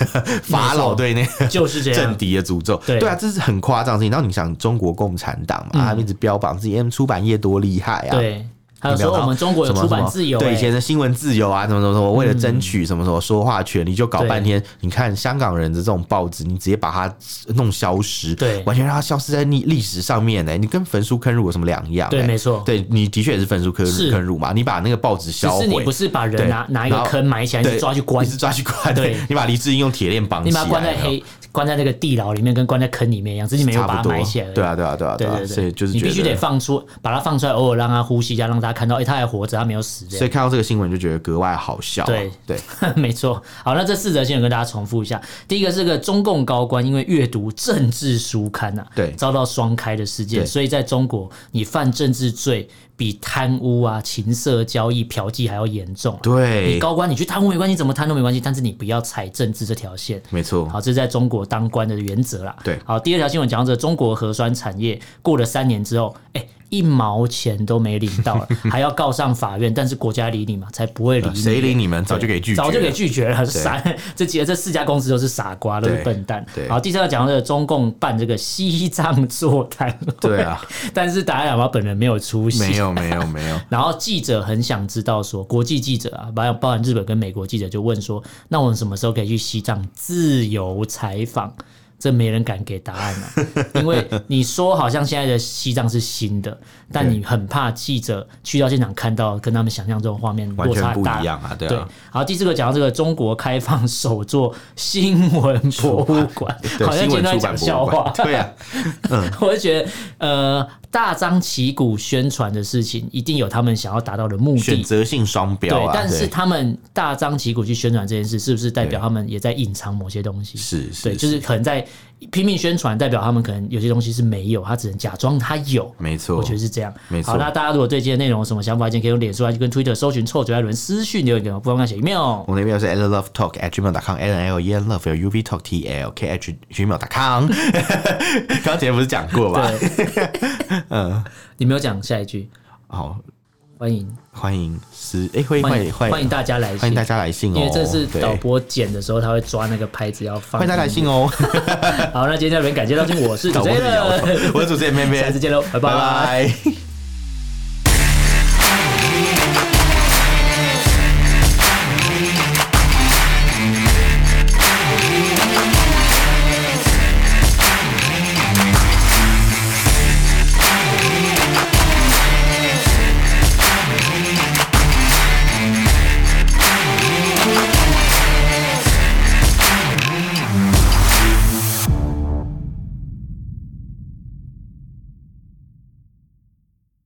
[SPEAKER 1] 法老对那个
[SPEAKER 2] 就是这
[SPEAKER 1] 政
[SPEAKER 2] 样。
[SPEAKER 1] 敌的诅咒，
[SPEAKER 2] 啊对嗯
[SPEAKER 1] 啊，这是很夸张的事情。然后你想，中国共产党嘛，他们一直标榜自己 M 出版业多厉害啊，
[SPEAKER 2] 对，还有
[SPEAKER 1] 没有
[SPEAKER 2] 说我们中国有
[SPEAKER 1] 什么
[SPEAKER 2] 出版自由、
[SPEAKER 1] 什么对以前
[SPEAKER 2] 欸，
[SPEAKER 1] 的新闻自由啊，什么什么什么，为了争取什么什么说话权利，就搞半
[SPEAKER 2] 嗯
[SPEAKER 1] 天。你看香港人的这种报纸，你直接把它弄消失，
[SPEAKER 2] 对
[SPEAKER 1] 完全让它消失在历历史上面哎呢、你跟焚书坑儒有什么两样、
[SPEAKER 2] 对
[SPEAKER 1] 欸
[SPEAKER 2] 没错
[SPEAKER 1] 对你的确也是焚书坑
[SPEAKER 2] 是
[SPEAKER 1] 坑儒嘛，你把那个报纸
[SPEAKER 2] 只
[SPEAKER 1] 销
[SPEAKER 2] 是你
[SPEAKER 1] 毁
[SPEAKER 2] 不。是把
[SPEAKER 1] 对
[SPEAKER 2] 人拿拿一个
[SPEAKER 1] 然后
[SPEAKER 2] 坑埋起来，你是抓去关
[SPEAKER 1] 你，是抓去关。
[SPEAKER 2] 对
[SPEAKER 1] 你把黎智英用铁链绑起
[SPEAKER 2] 你把
[SPEAKER 1] 来，哦
[SPEAKER 2] 它关在
[SPEAKER 1] 有没有
[SPEAKER 2] 黑关在那个地牢里面，跟关在坑里面一样，只是你没有
[SPEAKER 1] 差
[SPEAKER 2] 把
[SPEAKER 1] 不
[SPEAKER 2] 它
[SPEAKER 1] 多
[SPEAKER 2] 埋起来而已。
[SPEAKER 1] 对啊，对啊，对啊，
[SPEAKER 2] 对
[SPEAKER 1] 啊
[SPEAKER 2] 对对，
[SPEAKER 1] 所以就是
[SPEAKER 2] 你
[SPEAKER 1] 觉
[SPEAKER 2] 必须得放出，把它放出来，偶尔让它呼吸一下，让它大家看到，哎、他还活着，他没有死，这样
[SPEAKER 1] 所以看到这个新闻就觉得格外好笑啊、
[SPEAKER 2] 对
[SPEAKER 1] 对，
[SPEAKER 2] 没错，好，那这四则新闻跟大家重复一下。第一个是个中共高官因为阅读政治书刊啊，
[SPEAKER 1] 对
[SPEAKER 2] 遭到双开的事件，
[SPEAKER 1] 对
[SPEAKER 2] 所以在中国，你犯政治罪比贪污啊、情色交易、嫖妓还要严重啊、
[SPEAKER 1] 对
[SPEAKER 2] 你高官你去贪污没关系，怎么贪都没关系，但是你不要踩政治这条线。
[SPEAKER 1] 没错，
[SPEAKER 2] 好，这是在中国当官的原则啦。
[SPEAKER 1] 对
[SPEAKER 2] 好，第二条新闻讲到这，中国核酸产业过了三年之后，哎、一毛钱都没领 到了，还要告上法院，但是国家理你嘛，才不会理你。啊
[SPEAKER 1] 谁理你们？早
[SPEAKER 2] 对
[SPEAKER 1] 就给拒绝了，
[SPEAKER 2] 早就给拒绝了，傻。这几个这四家公司都是傻瓜，都是
[SPEAKER 1] 对
[SPEAKER 2] 笨蛋。
[SPEAKER 1] 对
[SPEAKER 2] 好，第三个讲到这个中共办这个西藏座谈会，
[SPEAKER 1] 对啊，
[SPEAKER 2] 但是达赖喇嘛本人没有出席，
[SPEAKER 1] 没有没有没 有，
[SPEAKER 2] 然后记者很想知道说，国际记者啊，包含包含日本跟美国记者就问说，那我们什么时候可以去西藏自由采访？这没人敢给答案啊， 因为你说好像现在的西藏是新的，但你很怕记者去到现场看到跟他们想象中的画面
[SPEAKER 1] 完
[SPEAKER 2] 落差
[SPEAKER 1] 全
[SPEAKER 2] 很
[SPEAKER 1] 不
[SPEAKER 2] 大
[SPEAKER 1] 一。样啊，对
[SPEAKER 2] 对
[SPEAKER 1] 啊，，
[SPEAKER 2] 好，第四个讲到这个中国开放首座新闻博物馆，
[SPEAKER 1] 对
[SPEAKER 2] 好像
[SPEAKER 1] 新
[SPEAKER 2] 今
[SPEAKER 1] 闻
[SPEAKER 2] 天在
[SPEAKER 1] 出
[SPEAKER 2] 讲
[SPEAKER 1] 版
[SPEAKER 2] 笑
[SPEAKER 1] 博物馆
[SPEAKER 2] 话，，
[SPEAKER 1] 对 啊，
[SPEAKER 2] 我就觉得，呃，大张旗鼓宣传的事情，一定有他们想要达到的目
[SPEAKER 1] 选
[SPEAKER 2] 的。
[SPEAKER 1] 择性双标
[SPEAKER 2] 对
[SPEAKER 1] 啊，，
[SPEAKER 2] 但是
[SPEAKER 1] 对
[SPEAKER 2] 他们大张旗鼓去宣传这件事，是不是代表
[SPEAKER 1] 对
[SPEAKER 2] 他们也在隐藏某些东西？
[SPEAKER 1] 是是
[SPEAKER 2] 对，就是可能在拼命宣传，代表他们可能有些东西是没有，他只能假装他有。
[SPEAKER 1] 没错，
[SPEAKER 2] 我觉得是这样。
[SPEAKER 1] 没错
[SPEAKER 2] 好，那大家如果对今天内容有什么想法，今天可以用脸书、IG 跟 Twitter 搜寻“臭嘴艾伦”私讯留言给我们，不妨看写 email
[SPEAKER 1] 我。们的 email 是 a l love talk at gmail com a l l e n love l u v talk t l k h gmail com。刚刚前面不是讲过吧？
[SPEAKER 2] 对，你没有讲下一句，
[SPEAKER 1] 好，
[SPEAKER 2] 欢迎
[SPEAKER 1] 欢迎私哎，欢迎欢迎
[SPEAKER 2] 欢迎欢迎大家来信，
[SPEAKER 1] 欢迎大家来信哦，
[SPEAKER 2] 因为这是
[SPEAKER 1] 对
[SPEAKER 2] 导播剪的时候，他会抓那个拍子要放。
[SPEAKER 1] 欢迎大家来信 哦。
[SPEAKER 2] 好，那今天这边感谢到这，我是主
[SPEAKER 1] 导
[SPEAKER 2] 持
[SPEAKER 1] 播是摇头
[SPEAKER 2] 人，
[SPEAKER 1] 我是主持人妹妹，
[SPEAKER 2] 下次见喽，拜
[SPEAKER 1] 拜
[SPEAKER 2] 拜。
[SPEAKER 1] 拜。